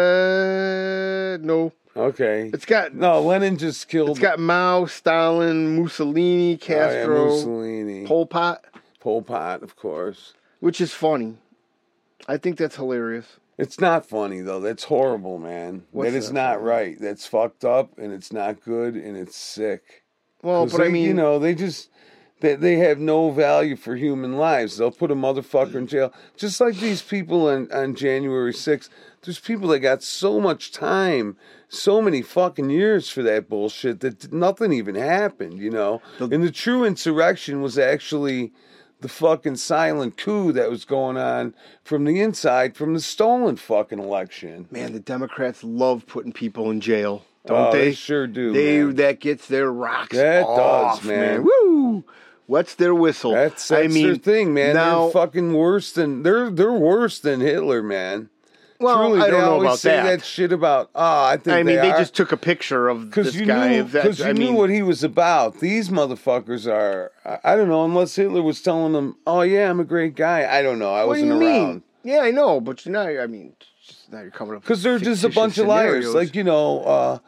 Uh, no.
Okay.
It's got
no, Lenin just killed.
it's got Mao, Stalin,
Oh,
Mussolini,
yeah,
Castro,
Mussolini.
Pol Pot,
Pol Pot, of course.
which is funny. I think that's hilarious.
It's not funny though. That's horrible, man.
What's
that is
that
not right. That's fucked up, and it's not good, and it's sick.
Well,
'Cause
Oh, but
they,
I mean,
you know, they just they they have no value for human lives. They'll put a motherfucker in jail, just like these people on on January 6th. There's people that got so much time, so many fucking years for that bullshit that nothing even happened. You know, and the true insurrection was actually the fucking silent coup that was going on from the inside from the stolen fucking election.
Man, the Democrats love putting people in jail, don't
Oh,
they?
they sure do,
They
man.
that gets their rocks
That does,
off,
man.
Woo! What's their whistle?
That's, that's
I mean,
their thing, man.
Now,
they're fucking worse than they're they're worse than Hitler, man.
well,
Truly,
I
they
don't know
always
about
say that.
that.
shit about. Ah, I think
I mean,
they,
they,
are.
just took a picture of this
Because you
guy.
knew,
of that-
cause you
I mean,
knew what he was about. These motherfuckers are. I, I don't know. Unless Hitler was telling them, "Oh yeah, I'm a great guy." I don't know. I
what do
wasn't
you
around.
mean? Yeah, I know, but now, I mean, just, now you're coming up
Because they're
with
just a bunch of
fictitious
liars.
scenarios.
Like, you know, uh,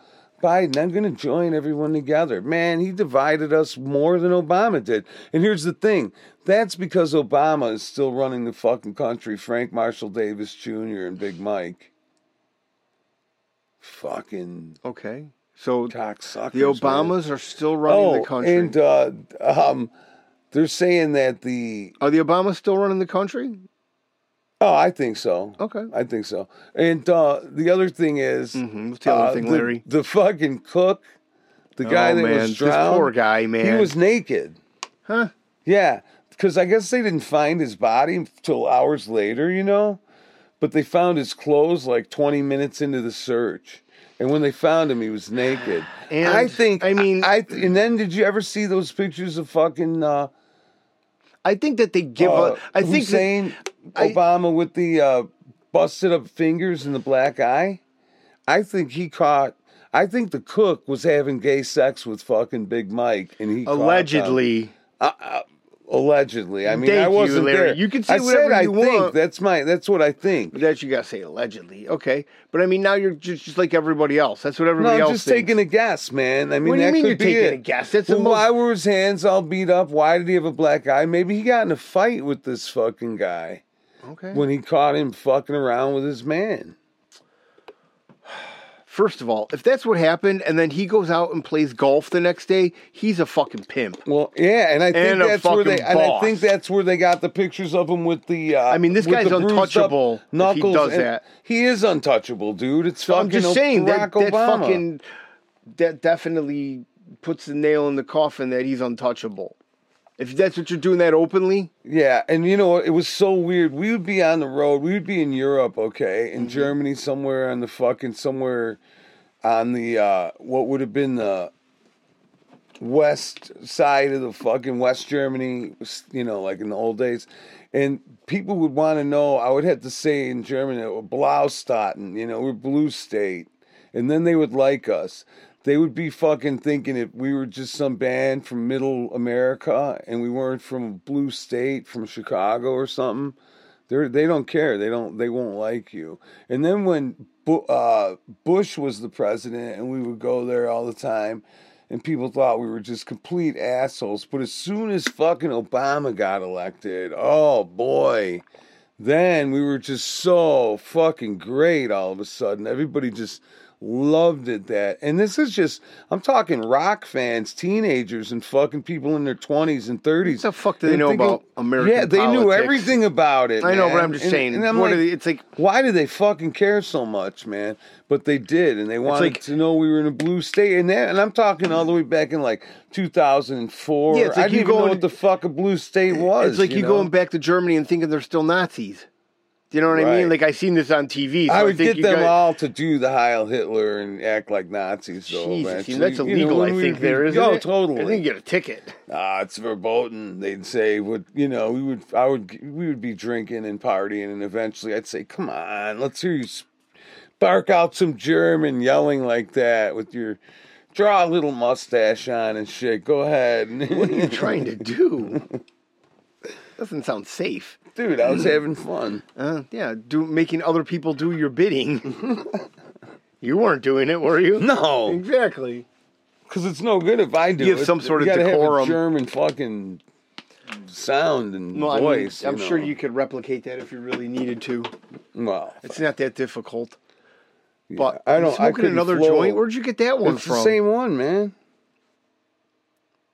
Biden, I'm going to join everyone together. Man, he divided us more than Obama did. And here's the thing that's because Obama is still running the fucking country. Frank Marshall Davis Jr. and Big Mike. fucking
Okay. So
cocksuckers.
the
man.
Obamas are still running the country.
And uh, um, they're saying that the
are the Obamas still running the country?
oh, I think so.
Okay.
I think so. And uh, the other thing is
Mhm, what's the other
uh,
thing,
the-
Larry?
The, fucking cook, the guy
oh
that
man,
was drowned.
this poor guy,
He
man.
was naked.
huh?
Yeah, because I guess they didn't find his body until hours later, you know. But they found his clothes like 20 minutes into the search. And when they found him, he was naked.
And,
I think.
I mean-
I, th- and then did you ever see those pictures of fucking uh,
I think that they give
uh,
up. I think that-
Hussein
I-
Obama with the uh, busted up fingers and the black eye. I think he caught. I think the cook was having gay sex with fucking Big Mike, and he caught them.
allegedly.
Allegedly, I mean,
Thank
I
you,
wasn't
Larry.
there.
You can
I
say whatever
said I
you
think.
want.
That's my. That's what I think.
That you gotta say allegedly, okay? But I mean, now you're just, just like everybody else. That's what
No,
everybody
I'm
else
just
thinks.
taking a guess, man. I mean,
what do you
that
mean
could
you're
be
taking
it.
a guess? That's
Well,
the most.
why were his hands all beat up? Why did he have a black eye? Maybe he got in a fight with this fucking guy
okay.
when he caught him fucking around with his man.
First of all, if that's what happened, and then he goes out and plays golf the next day, he's a fucking pimp.
Well, yeah, and I think
And a
that's where they
fucking
and I
boss.
think that's where they got the pictures of him with the. Uh,
I mean, this
with
guy's
the bruised up
untouchable if he
Knuckles
does
and-
that.
He is untouchable, dude. It's
So
fucking
I'm just saying
Barack
that, that
Obama.
fucking that definitely puts the nail in the coffin that he's untouchable. If that's what you're doing that openly,
Yeah, and you know what? It was so weird. We would be on the road. We would be in Europe, okay,
Mm-hmm.
in Germany somewhere on the fucking somewhere on the uh what would have been the west side of the fucking West Germany, you know, like in the old days. And people would want to know. I would have to say in German, uh, Blaustaten, you know, we're blue state, and then they would like us. They would be fucking thinking if we were just some band from Middle America and we weren't from a blue state, from Chicago or something. They're, they don't care. They don't. They won't like you. And then when Bu- uh, Bush was the president, and we would go there all the time, and people thought we were just complete assholes. But as soon as fucking Obama got elected, oh boy, then we were just so fucking great all of a sudden. Everybody just loved it that. And this is just I'm talking rock fans, teenagers and fucking people in their 20s and 30s.
the fuck do they
And
know
thinking-
about American
Yeah, they knew
politics?
everything about it.
I know, but
man.
I'm just
And-
saying.
and I'm
what
like,
are they, it's like
why do they fucking care so much, man? But they did, and they wanted
like-
to know we were in a blue state, and that, and I'm talking all the way back in like 2004.
Yeah, it's like
I didn't
you
even know
going-
what the fuck a blue state was.
it's like you,
know?
going back to Germany and thinking they're still Nazis. Do you know what I mean?
Right.
Like I seen this on TV. So I,
I would
think
get
you
them
guys,
all to do the Heil Hitler and act like Nazis. Though,
Jesus,
eventually.
you know, that's
You know,
illegal.
when
I
we
think
would be-
there isn't
Oh,
it?
totally.
I think you get a ticket.
ah, it's verboten. They'd say, "What you know?" We would, I would, we would be drinking and partying, and eventually, I'd say, "Come on, let's hear you bark out some German, yelling like that with your draw a little mustache on and shit. Go ahead."
What are you trying to do? Doesn't sound safe.
dude? I was having fun.
Uh, yeah, do making other people do your bidding. you weren't doing it, were you?
No,
Exactly.
because it's no good if I do.
You have
it.
some sort of
gotta have a
decorum.
German fucking sound and
Well,
voice.
I mean, I'm
know.
sure you could replicate that if you really needed to.
Well,
It's not that difficult. But
I don't-
I
I
don't. Smoking
couldn't
another
flow.
joint. Where'd you get that one
it's
from?
the same one, man.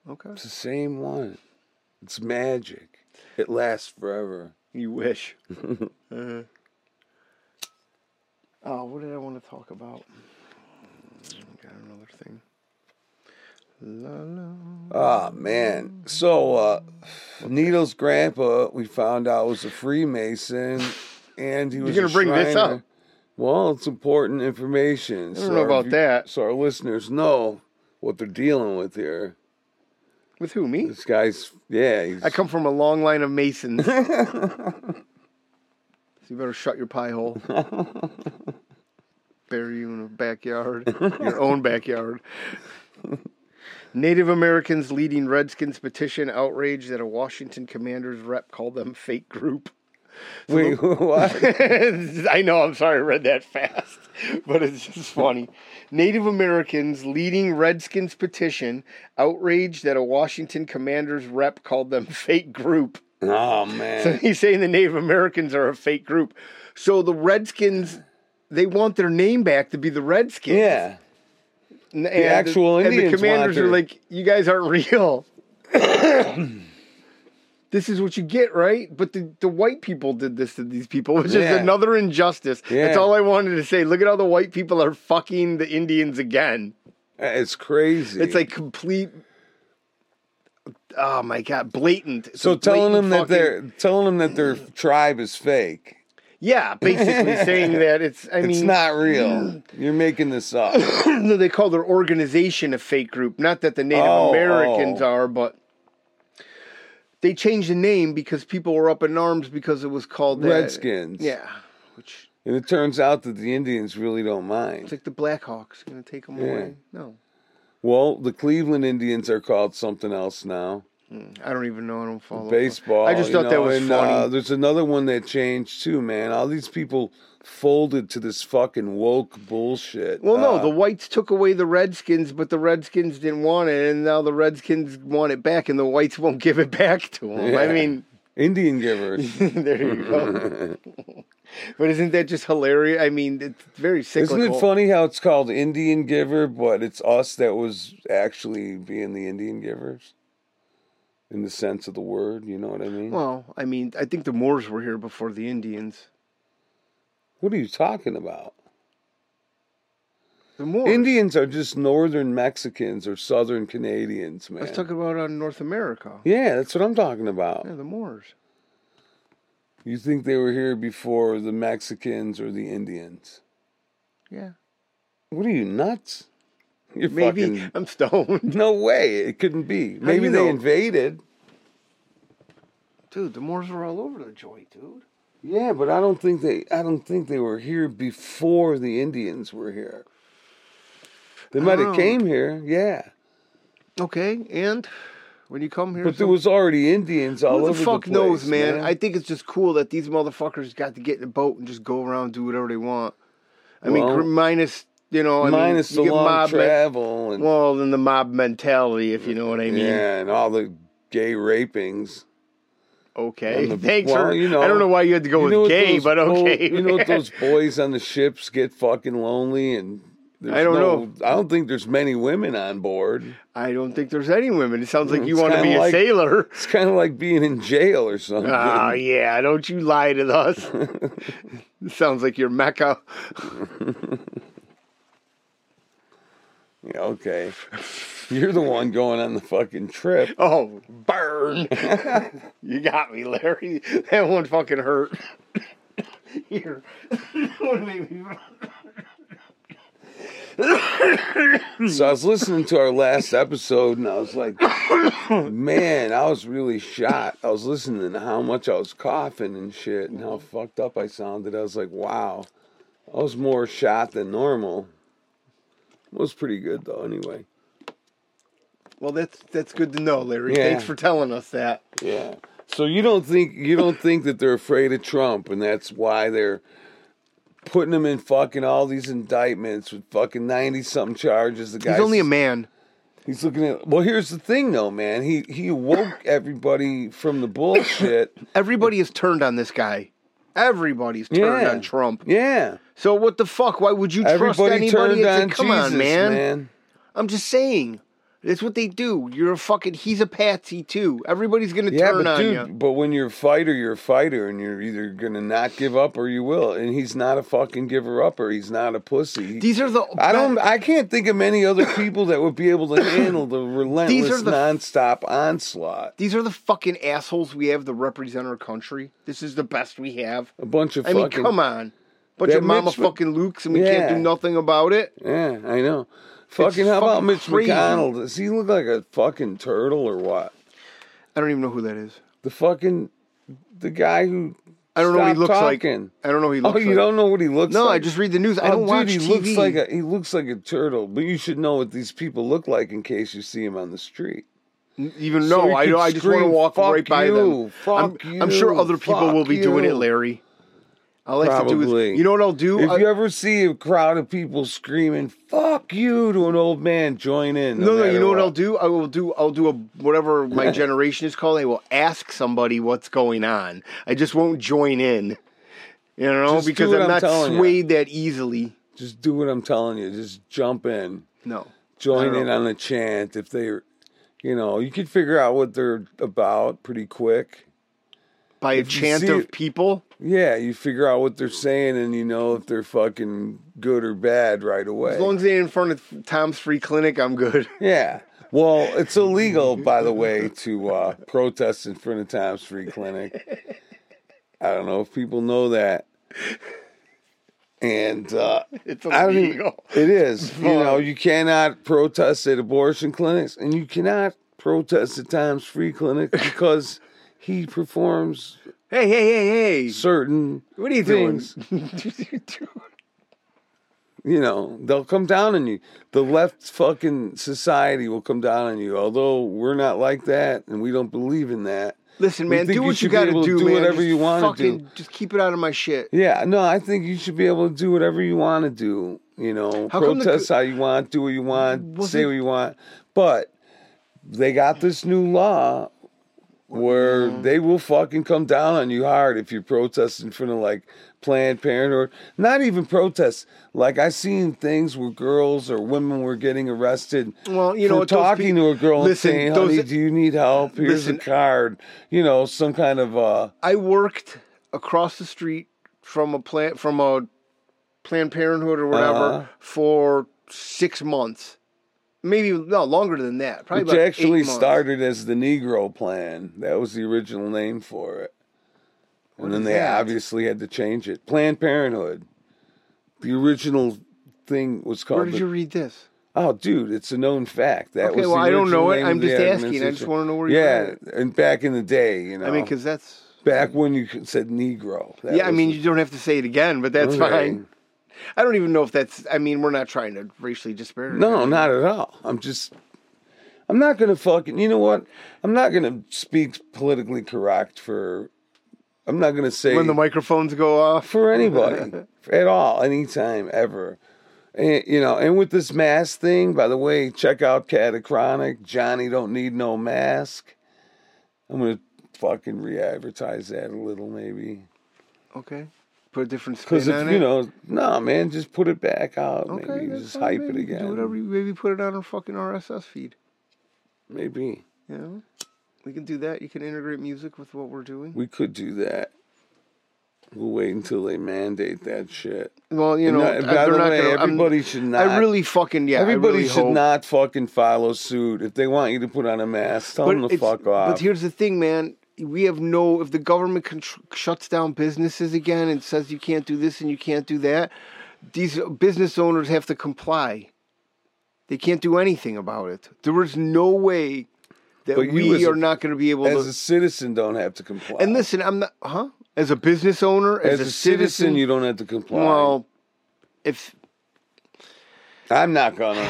Okay.
It's the same one. It's magic. It lasts forever.
You wish. Uh-huh. Oh, what did I want to talk about? Got another thing. La, la.
Ah man. So uh Needle's grandpa, we found out was a Freemason and he was
gonna
a
bring this
Shriner.
up?
Well, it's important information. I
don't know about that.
So our listeners know what they're dealing with here.
With who? Me?
This guy's yeah, he's
I come from a long line of masons. so you better shut your pie hole. Bury you in a backyard, your own backyard. Native Americans leading Redskins petition outrage that a Washington Commanders rep called them fake group.
wait, what?
I know, I'm sorry I read that fast, but it's just funny. Native Americans leading Redskins petition outraged that a Washington Commanders rep called them fake group.
Oh
So
man.
he's saying the Native Americans are a fake group. So the Redskins they want their name back to be the Redskins.
Yeah.
and, the
actual
and the
Indians
commanders
want their-
are like, you guys aren't real. this is what you get, right? But the, the white people did this to these people, which
Yeah.
is another injustice. That's
Yeah.
all I wanted to say. Look at how the white people are fucking the Indians again.
It's crazy.
It's like complete. Oh my god, blatant.
so telling them that
they're.
their telling them that their tribe is fake.
Yeah, basically saying that it's. I
It's
mean,
not real. You're making this up.
no, they call their organization a fake group. Not that the Native
Oh,
Americans
oh.
are, but they changed the name because people were up in arms because it was called that.
Redskins.
Yeah, which
And it turns out that the Indians really don't
it's
mind.
like the Blackhawks going to take them away. No,
Well, the Cleveland Indians are called something else now.
I don't even know. I don't follow
Baseball.
I just
you
thought that
know,
was
and,
funny.
uh, there's another one that changed too, man. All these people folded to this fucking woke bullshit.
well, no,
Uh,
the whites took away the Redskins, but the Redskins didn't want it, and now the Redskins want it back, and the whites won't give it back to them. I
Yeah.
mean,
Indian givers.
there you go. but isn't that just hilarious? I mean, it's very cyclical.
Isn't it funny how it's called Indian Giver, but it's us that was actually being the Indian givers? In the sense of the word, you know what I mean?
Well, I mean, I think the Moors were here before the Indians.
What are you talking about?
The Moors.
Indians are just northern Mexicans or southern Canadians, man.
I was talking about on North America.
yeah, that's what I'm talking about.
Yeah, the Moors.
You think they were here before the Mexicans or the Indians?
Yeah.
What are you nuts? You're
Maybe
fucking
I'm stoned.
no way. It couldn't be. Maybe
you
they
know?
invaded.
Dude, the Moors were all over the joint, dude.
Yeah, but I don't think they I don't think they were here before the Indians were here. They might
Oh.
have came here, yeah.
Okay, and when you come here,
But there
some-
was already Indians all
who the
over
fuck
the place.
knows, man? I think it's just cool that these motherfuckers got to get in a boat and just go around and do whatever they want. I mean,
Well-
gr- minus you know, I
minus
mean,
the
you get
long
mob men-
travel and
well, then the mob mentality, if you know what I mean.
yeah, and all the gay rapings.
Okay,
And the-
thanks
well,
for.
you know-
I don't know why you had to go
know
with
what
gay,
those
but
bo-
okay.
you know what
man.
those boys on the ships get fucking lonely and there's
I don't
no- I don't think there's many women on board.
I don't think there's any women. It sounds like you
It's
want to
kinda
be a
like-
sailor.
It's kind of like being in jail or something.
Ah, yeah. Don't you lie to us. sounds like you're Mecca.
Yeah, okay. You're the one going on the fucking trip.
Oh, burn! you got me, Larry. That one fucking hurt. Here, Don't make me-
So I was listening to our last episode and I was like, man, I was really shot. I was listening to how much I was coughing and shit and how fucked up I sounded. I was like, wow, I was more shot than normal. It was pretty good though, anyway.
well, that's that's good to know, Larry.
Yeah.
Thanks for telling us that.
Yeah. So you don't think you don't think that they're afraid of Trump, and that's why they're putting him in fucking all these indictments with fucking ninety something charges. The guy
He's only a man.
He's looking at. Well, here's the thing, though, man. He he woke everybody from the bullshit.
Everybody has turned on this guy. Everybody's turned
Yeah.
on Trump.
Yeah.
So what the fuck? Why would you trust
Everybody
anybody?
turned
It's like,
on
come
Jesus,
on, man.
man.
I'm just saying. That's what they do. You're a fucking. He's a patsy too. Everybody's gonna
Yeah,
turn
but
on
dude,
you.
but when you're a fighter, you're a fighter, and you're either gonna not give up or you will. And he's not a fucking giver up, or he's not a pussy.
These are the.
I don't. I can't think of many other people that would be able to handle the relentless,
the-
nonstop onslaught.
These are the fucking assholes we have to represent our country. This is the best we have.
A bunch of
I mean,
fucking.
come on. Bunch
That
of mama
Mitch Mc-
fucking Lukes, and we can't
Yeah.
do nothing about it.
Yeah, I know. Fucking. How about
fucking
Mitch
crazy.
McConnell? Does he look like a fucking turtle or what?
I don't even know who that is.
The fucking the guy who.
I don't know what he
stopped
looks
talking.
like. I don't know what he looks
oh, you
like.
don't know what he looks
No,
like.
I just read the news. I
Oh,
don't watch
dude, he
TV.
looks like a he looks like a turtle, but you should know what these people look like in case you see him on the street.
Even
So
no,
you
I,
could
I just want to
scream,
walk
"Fuck
right by them.
you, fuck
I'm, I'm sure
you,
other people will
fuck
be doing it,
you.
Larry. All I have to do
Probably.
is, you know what I'll do?
If
I-
you ever see a crowd of people screaming "fuck you" to an old man, join in.
no, no, you
matter
know what I'll do? I will do. I'll do a whatever my generation is called. I will ask somebody what's going on. I just won't join in. You know,
Just do
because
what
I'm
I'm
not
telling you.
swayed that easily.
Just do what I'm telling you. Just jump in.
No.
Join
I
in
don't know.
on the chant if they you know, you could figure out what they're about pretty quick.
By a
If you
chant
see
of
it-
people,
Yeah, you figure out what they're saying and you know if they're fucking good or bad right away.
as long as they ain't in front of Tom's Free Clinic, I'm good.
Yeah. Well, it's illegal, by the way, to uh, protest in front of Tom's Free Clinic. I don't know if people know that. And uh,
It's
I don't even-
illegal.
it is. You know, you cannot protest at abortion clinics, and you cannot protest at Tom's Free Clinic because he performs
Hey, hey, hey, hey!
certain.
What are you
things.
doing? You do-
you know, they'll come down on you. The left fucking society will come down on you. Although we're not like that and we don't believe in that.
Listen,
We
man,
think
do
you
what you,
should be
gotta
able to
do,
do
man.
whatever
Just
you wanna
fucking-
do.
Just keep it out of my shit.
Yeah, no, I think you should be able to do whatever you want to do. You know,
How come the
protest
co-
how you want, do what you want,
Was
say
it-
what you want. But they got this new law where
Mm-hmm.
they will fucking come down on you hard if you protest in front of like Planned Parenthood. Not even protests. Like I seen things where girls or women were getting arrested.
Well, you know
for
what, those
talking
peo-
to a girl
Listen,
and saying,
those-
"Honey, do you need help? Here's
Listen.
a card." You know, some kind of uh,
I worked across the street from a plant from a Planned Parenthood or whatever
Uh-huh.
for six months, maybe no longer than that. Probably
Which
about
actually
eight months.
started as the Negro Plan. That was the original name for it. And then
is
they
that?
obviously had to change it. Planned Parenthood. The original thing was called.
Where did
the-
you read this?
oh, dude, it's a known fact. That
Okay,
was the
well, I don't know
original
it.
name
I'm
of the
just asking. I
organization.
just wanna know where you
Yeah,
read
and back in the day, you know,
I mean, because that's
back when you could- said Negro. Oh, That
yeah. I
was
mean,
the-
you don't have to say it again, but that's
Okay.
fine. I don't even know if that's. I mean, we're not trying to racially disparage.
No,
it.
not at all. I'm just. I'm not gonna fucking. You know what? I'm not gonna speak politically correct for. I'm not gonna say
When the microphones go off,
for anybody at all, anytime, ever. And, you know, and with this mask thing, by the way, check out Catachronic. Johnny don't need no mask. I'm gonna fucking re-advertise that a little, maybe,
okay. Put a different
because
spin
if
on
you
it.
know, nah, man, just put it back out.
okay,
maybe
that's
just
fine,
hype
maybe
it
you can
again.
Do whatever. You, maybe put it on our fucking RSS feed.
Maybe
You know, we can do that. You can integrate music with what we're doing.
we could do that. We'll wait until they mandate that shit.
Well, you know,
No,
I-
by
they're
the
not
way,
gonna, I'm-
everybody should not.
I really fucking yeah. I
Everybody
really
should
hope.
not fucking follow suit. If they want you to put on a mask, tell them to
it's-
fuck
But
off.
here's the thing, man. We have no. If the government contr- shuts down businesses again and says you can't do this and you can't do that, these business owners have to comply. They can't do anything about it. There is no way that
But you as
we
a-
are not going to be able
as a
to.
citizen, don't have to comply.
And listen, I'm not. Huh? As a business owner, as,
as, a, citizen, you don't have to comply.
well, if
I'm not gonna.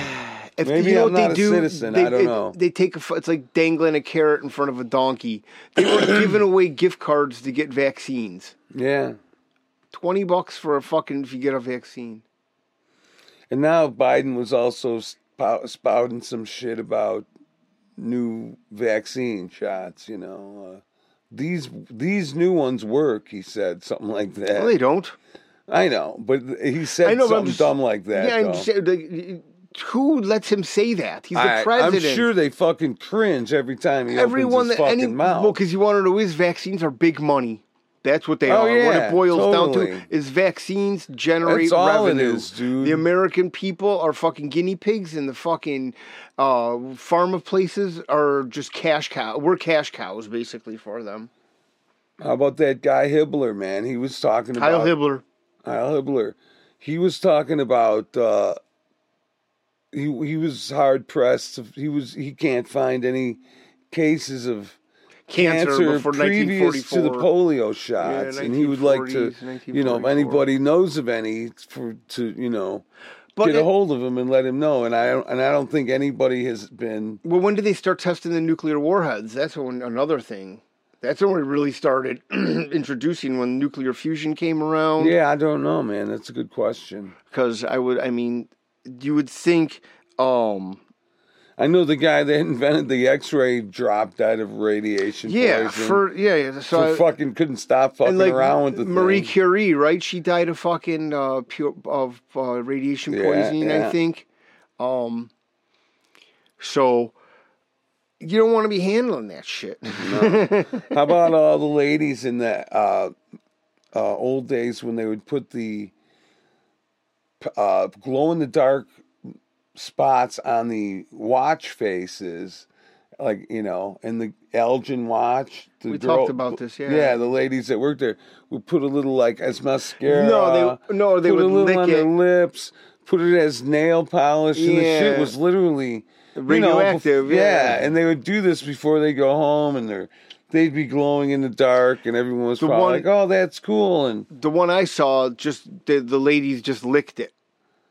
If
Maybe
you know
I'm
what
not a
they do,
citizen,
They,
I don't
it-
know.
They take a, fu- it's like dangling a carrot in front of a donkey. They were giving away gift cards to get vaccines.
Yeah.
Twenty bucks for a fucking if you get a vaccine.
And now Biden was also spou- spouting some shit about new vaccine shots. You know, uh, these these new ones work. He said something like that.
Well, they don't.
I know, but he said
I know, but I'm
something
just-
dumb like that.
yeah, I'm
though.
just saying, like, who lets him say that? He's the
I-
president.
I'm sure they fucking cringe every time he
everyone
Everyone opens his
that
fucking
any
mouth.
well, because you want to know is vaccines are big money. That's what they
Oh,
are. what
yeah,
it boils down
totally.
to is vaccines generate
That's all it
revenue.
is, dude.
The American people are fucking guinea pigs, and the fucking uh, pharma places are just cash cow. We're cash cows basically for them.
How about that guy Hibbler, man? He was talking about
Kyle Hibbler.
Heil Hibbler. He was talking about uh, he he was hard pressed. He was he can't find any cases of
Cancer, before
previous to the
1944.
polio shots, and he would like to,
1940s,
you know, if
1944.
anybody knows of any, for to you know,
But
get
it-
a hold of him and let him know. And I don't, and I don't think anybody has been
Well, when did they start testing the nuclear warheads? That's when another thing. That's when we really started introducing when nuclear fusion came around.
Yeah, I don't know, man. That's a good question.
because I would, I mean, you would think, um,
I know the guy that invented the X-ray drop died of radiation.
Yeah,
poisoning.
for yeah, yeah. So,
So
I-
fucking couldn't stop fucking
and like
around with the
Marie
thing.
Curie, right? She died of fucking uh, pure, of uh, radiation
Yeah,
poisoning, I
yeah.
think. Um, so you don't want to be handling that shit.
How about all the ladies in the uh, uh, old days when they would put the uh, glow in the dark spots on the watch faces, like you know, and the Elgin watch. The
We
dro-
talked about this, yeah.
Yeah, the ladies that worked there would put a little like as mascara.
No, they- no, Oh, they
put a
would
little
lick
on their
it.
lips. Put it as nail polish, and the shit
Yeah.
was literally you know, bef-
Radioactive, yeah.
and they would do this before they go home, and they're they'd be glowing in the dark, and everyone was probably
one-
like, "Oh, that's cool," and
the one I saw, just the, the ladies just licked it.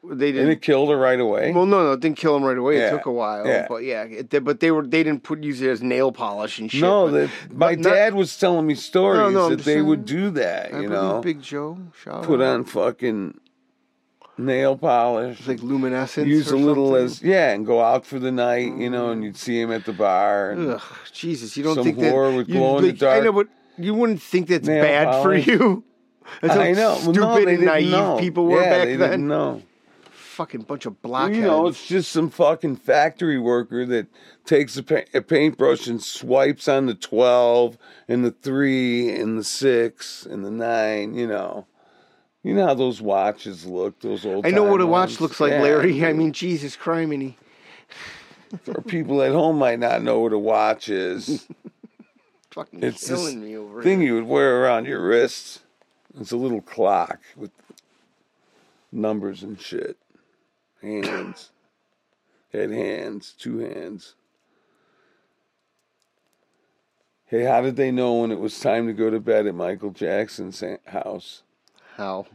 They
and
didn't.
it killed her right away.
well, no, no, it didn't kill them right away.
Yeah,
It took a while,
yeah.
but yeah, it, did- but they were they didn't put use it as nail polish and shit.
no,
but-
that my
but not-
dad was telling me stories
No, no, I'm
that they
just
would
saying.
do that.
I
you
believe
know,
Big Joe. Shout
put
out.
on fucking nail polish,
It's like luminescence.
use
or
a little
something. Mm.
as yeah, and go out for the night. You know, and you'd see him at the bar. and-
Ugh, Jesus, you don't
Some
think that
whore with
you-
glow in the
like, I know,
dark
but you wouldn't think that's
nail
bad
polish.
for you. That's how
I know. Well,
stupid
no, they
and
didn't
naive
know.
people were
yeah,
back
they
then.
Didn't know.
Fucking bunch of
Well,
blockheads.
You know, it's just some fucking factory worker that takes a, pa- a paintbrush and swipes on the 12 and the 3 and the 6 and the 9, you know. You know how those watches look, those old
I know what a watch
ones.
looks like,
Yeah.
Larry. I mean, Jesus criminy.
Or people at home might not know what a watch is.
Fucking
It's this
killing me over
thing
here.
you would wear around your wrist. It's a little clock with numbers and shit. Hands. Had hands, two hands. Hey, how did they know when it was time to go to bed at Michael Jackson's ha- house?
How?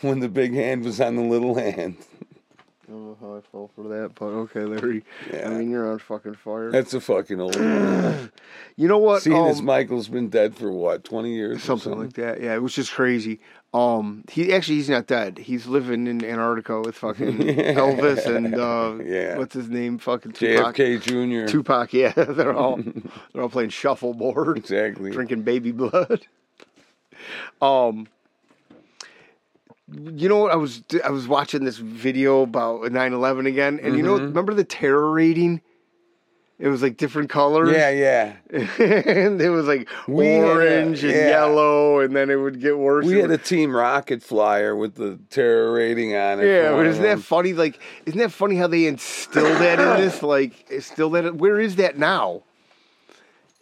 When the big hand was on the little hand.
I don't know how I fell for that, but okay, Larry.
Yeah.
I mean, you're on fucking fire.
That's a fucking old one.
you know what?
Seeing as
Um,
Michael's been dead for what, 20 years? or
something like that. Yeah, it was just crazy. Um, he actually he's not dead. He's living in Antarctica with fucking Elvis and uh,
Yeah.
what's his name? Fucking Tupac.
JFK Jr.
Tupac. Yeah, they're all they're all playing shuffleboard,
exactly.
drinking baby blood. Um, you know what? I was I was watching this video about 9/11 again, and you know,
Mm-hmm.
remember the terror rating? It was like different colors.
Yeah, yeah.
and it was like
We had a-
orange and
yeah.
yellow, and then it would get worse.
We
It
had a
would-
Team Rocket flyer with the terror rating on it.
yeah,
for
but
one
isn't
of
that
them.
funny? Like, isn't that funny how they instilled that in this? Like, instill that. Where is that now?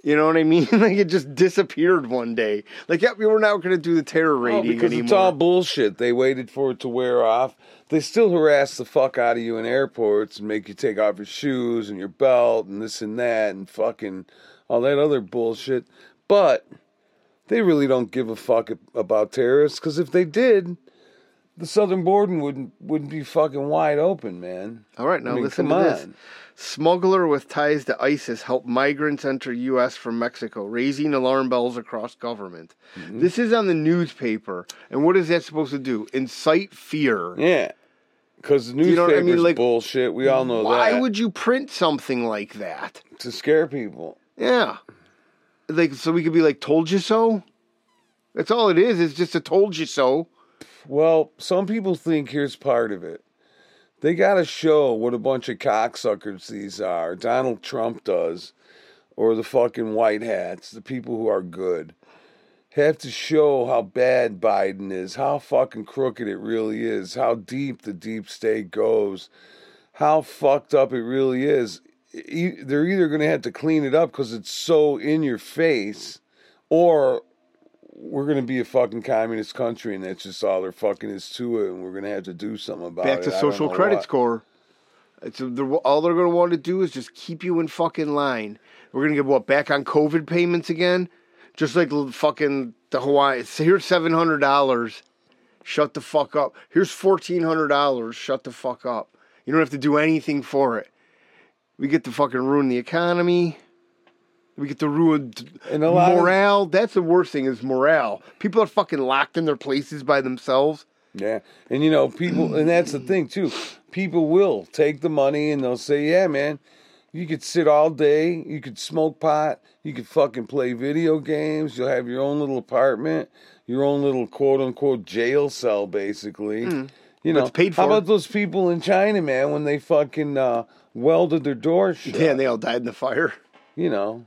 You know what I mean? Like, it just disappeared one day. Like, yep, we were not going to do the terror rating
Oh, because
anymore.
it's all bullshit. They waited for it to wear off. They still harass the fuck out of you in airports and make you take off your shoes and your belt and this and that and fucking all that other bullshit. But they really don't give a fuck about terrorists because if they did, the southern border wouldn't wouldn't be fucking wide open, man.
all right, now
I mean,
listen
come
to this.
on.
Smuggler with ties to ISIS helped migrants enter U.S. from Mexico, raising alarm bells across government.
Mm-hmm.
This is on the newspaper, and what is that supposed to do? Incite fear.
Yeah. Because the newspaper's
You know what I mean? Like,
bullshit. We all know
Why
that.
would you print something like that?
to scare people.
Yeah, like so we could be like, "Told you so." That's all it is. It's just a "told you so."
Well, some people think here's part of it. They got to show what a bunch of cocksuckers these are. Donald Trump does, or the fucking white hats, the people who are good. Have to show how bad Biden is, how fucking crooked it really is, how deep the deep state goes, how fucked up it really is. E- They're either going to have to clean it up because it's so in your face, or we're going to be a fucking communist country and that's just all there fucking is to it and we're going to have to do something about
Back
it.
to
Oh, I don't
social
know
credit
what.
score. It's they're, all they're going to want to do is just keep you in fucking line. We're going to get what back on COVID payments again, just like l- fucking the Hawaii. So here's seven hundred dollars. Shut the fuck up. Here's fourteen hundred dollars. Shut the fuck up. You don't have to do anything for it. We get to fucking ruin the economy. We get to ruin t-
And a lot of-
morale. That's the worst thing is morale. People are fucking locked in their places by themselves.
Yeah, and you know people, and that's the thing too. people will take the money and they'll say, "Yeah, man, you could sit all day, you could smoke pot, you could fucking play video games, you'll have your own little apartment, your own little quote-unquote jail cell basically." You
But
know,
it's Hmm. paid
how
for.
about those people in China, man, when they fucking uh, welded their doors shut?
Yeah, they all died in the fire.
you know.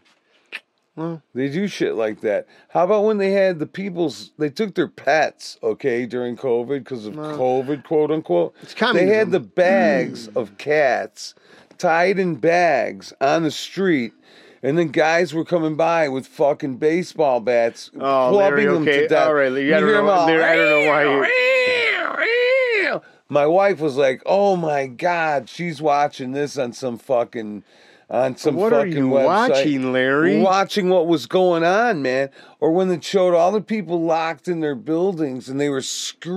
Well-
they do shit like that. How about when they had the people's? They took their pets, okay, during COVID because of COVID, quote unquote.
It's
They had
communism. Mm.
the bags of cats tied in bags on the street, and then guys were coming by with fucking baseball bats,
Oh, Larry,
clubbing them
okay.
to death.
All right, Larry, I don't
hear
know
'em
why-
all,
Larry, I don't know why you-
my wife was like, "Oh my god, she's watching this on some fucking on some
What are
fucking
you
website."
watching, Larry?
Watching what was going on, man. Or when it showed all the people locked in their buildings and they were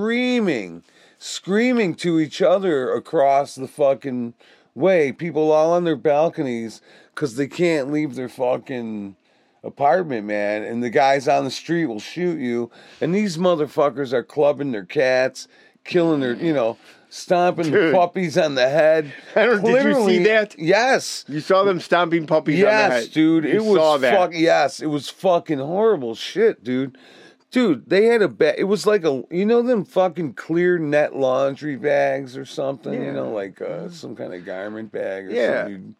screaming, screaming to each other across the fucking way. People all on their balconies because they can't leave their fucking apartment, man, and the guys on the street will shoot you. And these motherfuckers are clubbing their cats, killing their, you know, stomping the
Dude.
puppies on the head.
I don't- did you see that?
Yes.
You saw them stomping puppies on the
Yes,
head.
dude.
You
it was
saw that.
fuck yes, it was fucking horrible shit, dude. Dude, they had a bag. It was like a you know them fucking clear net laundry bags or something, you know, like uh, some kind of garment bag or
Yeah.
something. You'd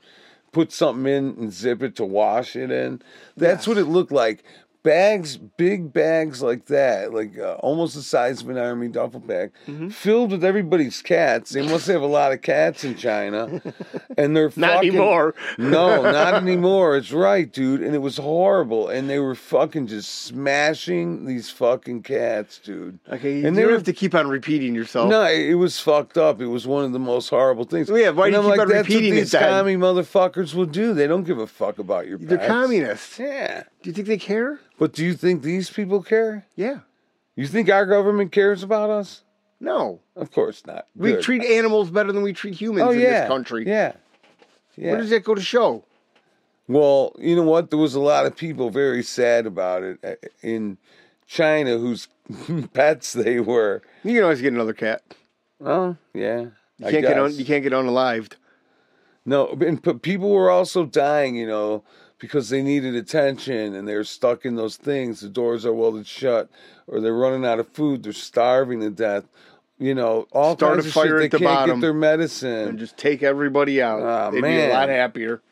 put something in and zip it to wash it in. That's what it looked like. Bags, big bags like that, like uh, almost the size of an army duffel bag,
Mm-hmm.
filled with everybody's cats. They must have a lot of cats in China, and they're
Not
fucking-
anymore.
no, not anymore. It's right, dude. And it was horrible. And they were fucking just smashing these fucking cats, dude.
Okay, you
and
and
they
do
were
have to keep on repeating yourself.
no, it it was fucked up. It was one of the most horrible things.
Yeah, why
and
do you
I'm
keep
like,
on
that's
repeating it
what these
then?"
commie motherfuckers will do. They don't give a fuck about your.
They're
pets.
communists.
Yeah,
Do you think they care?
but do you think these people care?
Yeah.
You think our government cares about us?
No.
Of course not.
We
Good.
treat animals better than we treat humans
oh
in
yeah,
this country.
Yeah, yeah.
Where does that go to show?
Well, you know what? There was a lot of people very sad about it uh, in China whose pets they were.
You can always get another cat.
Oh, yeah.
You can't get un, you can't get unalived.
No, and p- people were also dying, you know, because they needed attention and they're stuck in those things. The doors are welded shut, or they're running out of food. They're starving to death. You know, all
Start
kinds
a
of
fire
shit.
at
They
the
can't
bottom
get their medicine.
And just take everybody out.
Ah,
They'd
man.
be a lot happier.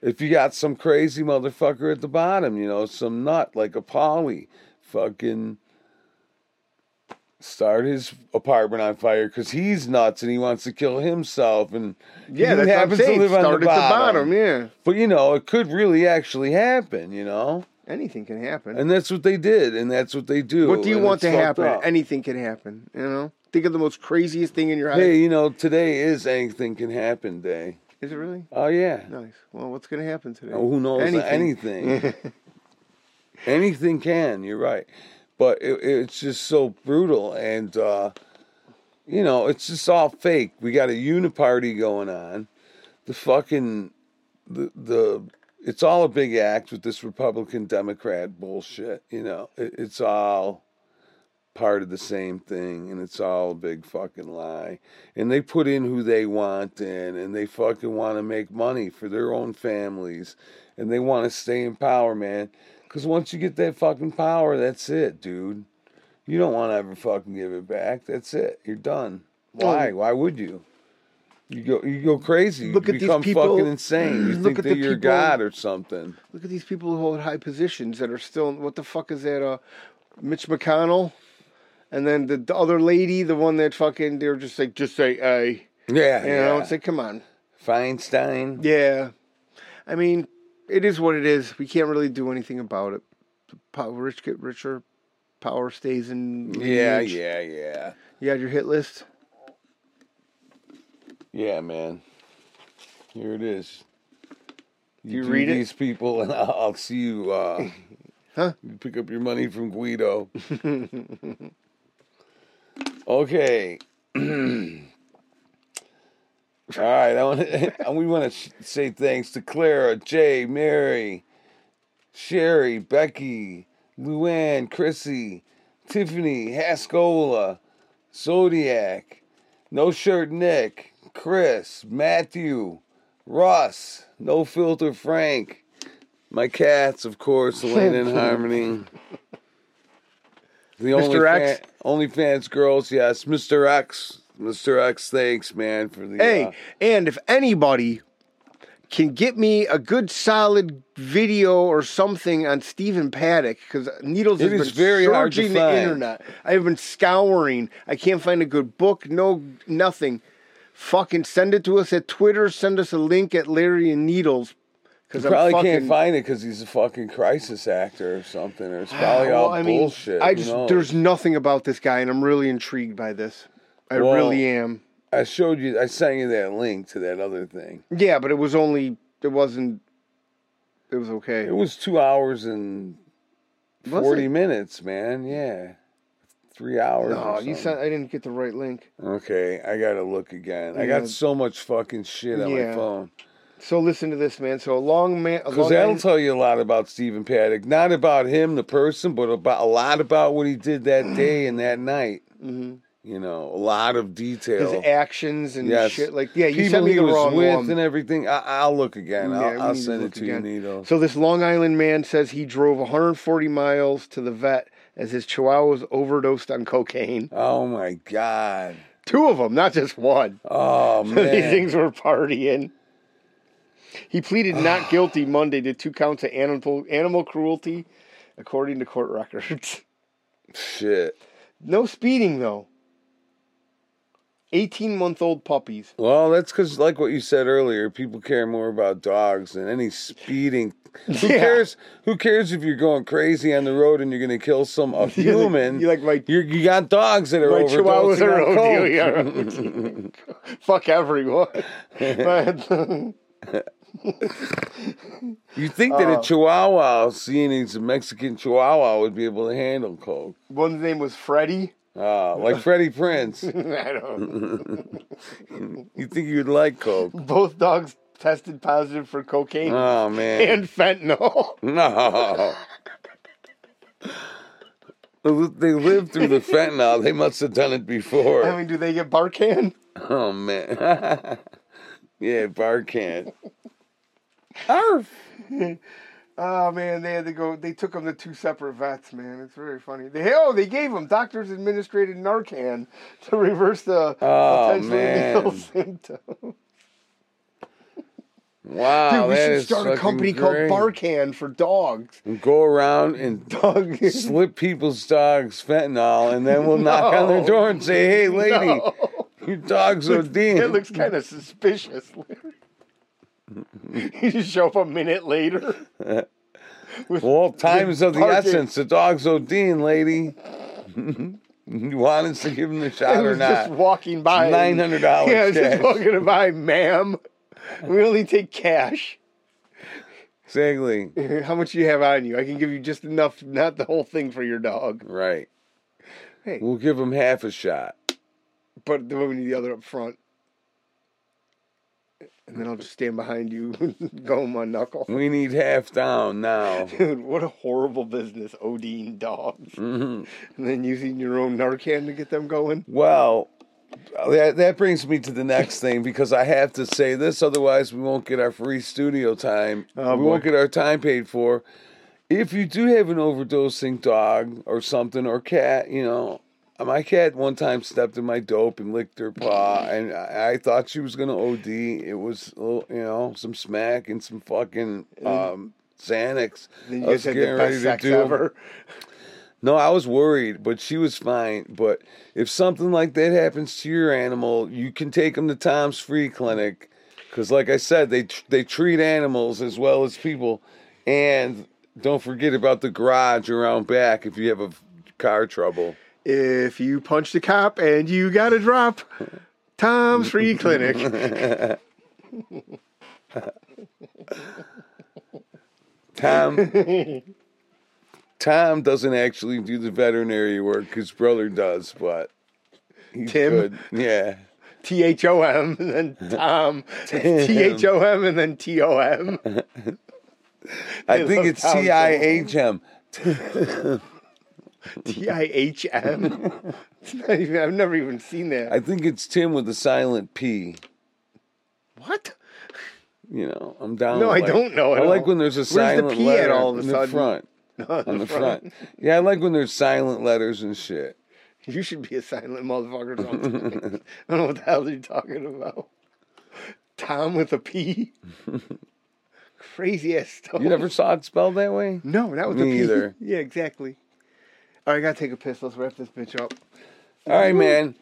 if you got some crazy motherfucker at the bottom, you know, some nut like a Polly, fucking start his apartment on fire because he's nuts and he wants to kill himself and
Yeah,
he
that's what I'm
happens to
saying.
live
Start
on the bottom.
at the bottom.
But you know, it could really actually happen, you know,
Yeah, anything can happen.
and that's what they did, and that's what they do.
what do you
and
want to
it's fucked
happen?
up.
Anything can happen. You know, think of the most craziest thing in your
Hey,
life.
you know, today is anything can happen day.
Is it really
Oh yeah,
nice? Well, what's going to happen today?
Oh, who knows? Anything. Anything, can. You're right. But it, it's just so brutal. And, uh, you know, it's just all fake. We got a uniparty going on. The fucking, the, the, it's all a big act with this Republican Democrat bullshit. You know, it, it's all part of the same thing and it's all a big fucking lie and they put in who they want in and they fucking want to make money for their own families and they want to stay in power man because once you get that fucking power that's it dude you don't want to ever fucking give it back that's it you're done why why would you you go you go crazy you
Look at these
become
people-
fucking insane you
Look
think
at the
that you're
people-
god or something
Look at these people who hold high positions that are still. What the fuck is that? Uh, Mitch McConnell, and then the, the other lady, the one that fucking they're just like, just say a.
yeah,
You know,
yeah.
it's like, come on.
feinstein
Yeah, I mean, it is what it is. We can't really do anything about it. The power, rich get richer, power stays in.
yeah
reach.
yeah yeah
You got your hit list.
Yeah, man. Here it is.
You
do
read it?
these people, and I'll, I'll see you. Uh,
Huh?
You pick up your money from Guido. okay. All right, I want to. we want to sh- say thanks to Clara, Jay, Mary, Sherry, Becky, Luann, Chrissy, Tiffany, Hascola, Zodiac, No Shirt Nick, Chris, Matthew, Russ, No Filter Frank, my cats, of course, Lane and Harmony. The only
Mr. X?
fan- only fans girls, yes, Mr. X, Mr. X, thanks, man, for the
Hey,
uh,
and if anybody can get me a good solid video or something on Stephen Paddock, because Needles
It
has
is
been
very hard to
searching
find.
the internet. I've been scouring. I can't find a good book, no nothing. Fucking send it to us at Twitter. Send us a link at Larry and Needles. Because
Probably can't find it because he's a fucking crisis actor or something. Or it's probably all bullshit.
I
who
just
knows?
there's nothing about this guy, and I'm really intrigued by this. I
Well-
really am.
I showed you. I sent you that link to that other thing.
Yeah, but it was only it wasn't. It was okay.
It was two hours and
Was
forty
it?
minutes, man. Yeah, three hours.
No,
or
you
something.
sent. I didn't get the right link.
Okay, I gotta look again. I
Yeah.
got so much fucking shit on my
Yeah.
phone
So listen to this, man. So a long man. a
because
long
that'll
man
tell you a lot about Stephen Paddock. Not about him, the person, but about a lot about what he did that day and that night.
Mm-hmm.
You know, a lot of detail.
his actions and
Yes.
shit. Like, yeah, you
People
sent me
he
the
was
wrong
with
one.
and everything. I, I'll look again.
Yeah, we
I'll, I'll
need to
send it
look
to
again.
you, Nito.
So this Long Island man says he drove 140 miles to the vet as his chihuahuas overdosed on cocaine.
oh my god.
Two of them, not just one.
Oh
These
man.
things were partying. He pleaded not guilty Monday to two counts of animal animal cruelty, according to court records.
Shit.
No speeding though. 18 month old puppies.
Well, that's because, like what you said earlier, people care more about dogs than any speeding. Who
Yeah.
cares? Who cares if you're going crazy on the road and you're going to kill some a
You're like-
human?
you're like my-
You're- you got dogs that are
My
overdosing
chihuahuas are
on coke.
ODR. Fuck everyone. But-
You think that
Uh.
a Chihuahua, seeing as a Mexican Chihuahua, would be able to handle coke?
one's name was Freddie.
Uh, like Freddie Prince,
I don't.
you think you'd like coke?
Both dogs tested positive for cocaine
Oh man,
and fentanyl.
No. They lived through the fentanyl. They must have done it before.
I mean, do they get Barcan?
oh man. yeah, Barkan. Arf.
Oh man, they had to go. They took them to two separate vets, man. It's very funny. They oh, they gave them doctors administrated Narcan to reverse the
Oh,
potentially
man.
lethal symptom.
Wow,
Dude, we
that
should
is
start a
fucking
company
great.
called Barcan for dogs.
And Go around and
Dog.
slip people's dogs fentanyl, and then we'll knock on their
No.
door and say, "Hey, lady,
No.
your dog's
It
ODing."
looks kind of suspicious. Larry. you just show up a minute later.
Well, times of the
Barkan.
essence. The dog's ODing, lady. you want us to give him the
I
shot or
was
not?
just walking by.
Nine hundred dollars.
Yeah, I was just walking by, ma'am. We only take cash.
Exactly.
How much you have on you? I can give you just enough, not the whole thing for your dog.
Right.
Hey.
We'll give him half a shot.
But then we need the other up front. And then I'll just stand behind you and go on my knuckle.
We need half down now.
Dude, what a horrible business, ODing dogs.
Mhm.
And then using your own Narcan to get them going.
Well, that that brings me to the next thing because I have to say this, otherwise we won't get our free studio time.
Oh,
we
boy.
won't get our time paid for. If you do have an overdosing dog or something or cat, you know, my cat one time stepped in my dope and licked her paw, and I, I thought she was gonna OD. It was, a little, you know, some smack and some fucking um, Xanax. I
Then you
was
just had
getting
the
ready
best
to
sex
do-
ever.
no, I was worried, but she was fine. But if something like that happens to your animal, you can take them to Tom's Free Clinic, because, like I said, they tr- they treat animals as well as people, and don't forget about the garage around back if you have a f- car trouble.
If you punch the cop and you got a drop, Tom's Free Clinic.
Tom. Tom doesn't actually do the veterinary work; his brother does, but he's
Tim?
good. Yeah.
T H O M and then Tom. T H O M and then T O M.
I think
love
it's
Tom so
C I H M.
T I H M. It's not even. I've never even seen that.
I think it's Tim with the silent P.
What?
You know, I'm down.
No,
with,
I
like-
don't know
I
at
like
all.
when there's a
Where's the
silent
P at
letter
all of a
in the
sudden?
front. on the front. Yeah, I like when there's silent letters and shit.
You should be a silent motherfucker sometimes. I don't know what the hell you're talking about. Tom with a P. Crazy ass stuff.
You never saw it spelled that way?
No, not with
Me
the P.
either.
Yeah, exactly. All right, I gotta take a piss. Let's wrap this bitch up.
All right, man.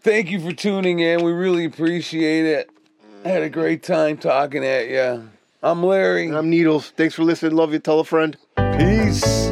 Thank you for tuning in. We really appreciate it. I had a great time talking at you. I'm Larry.
I'm Needles. Thanks for listening. Love you. Tell a friend.
Peace.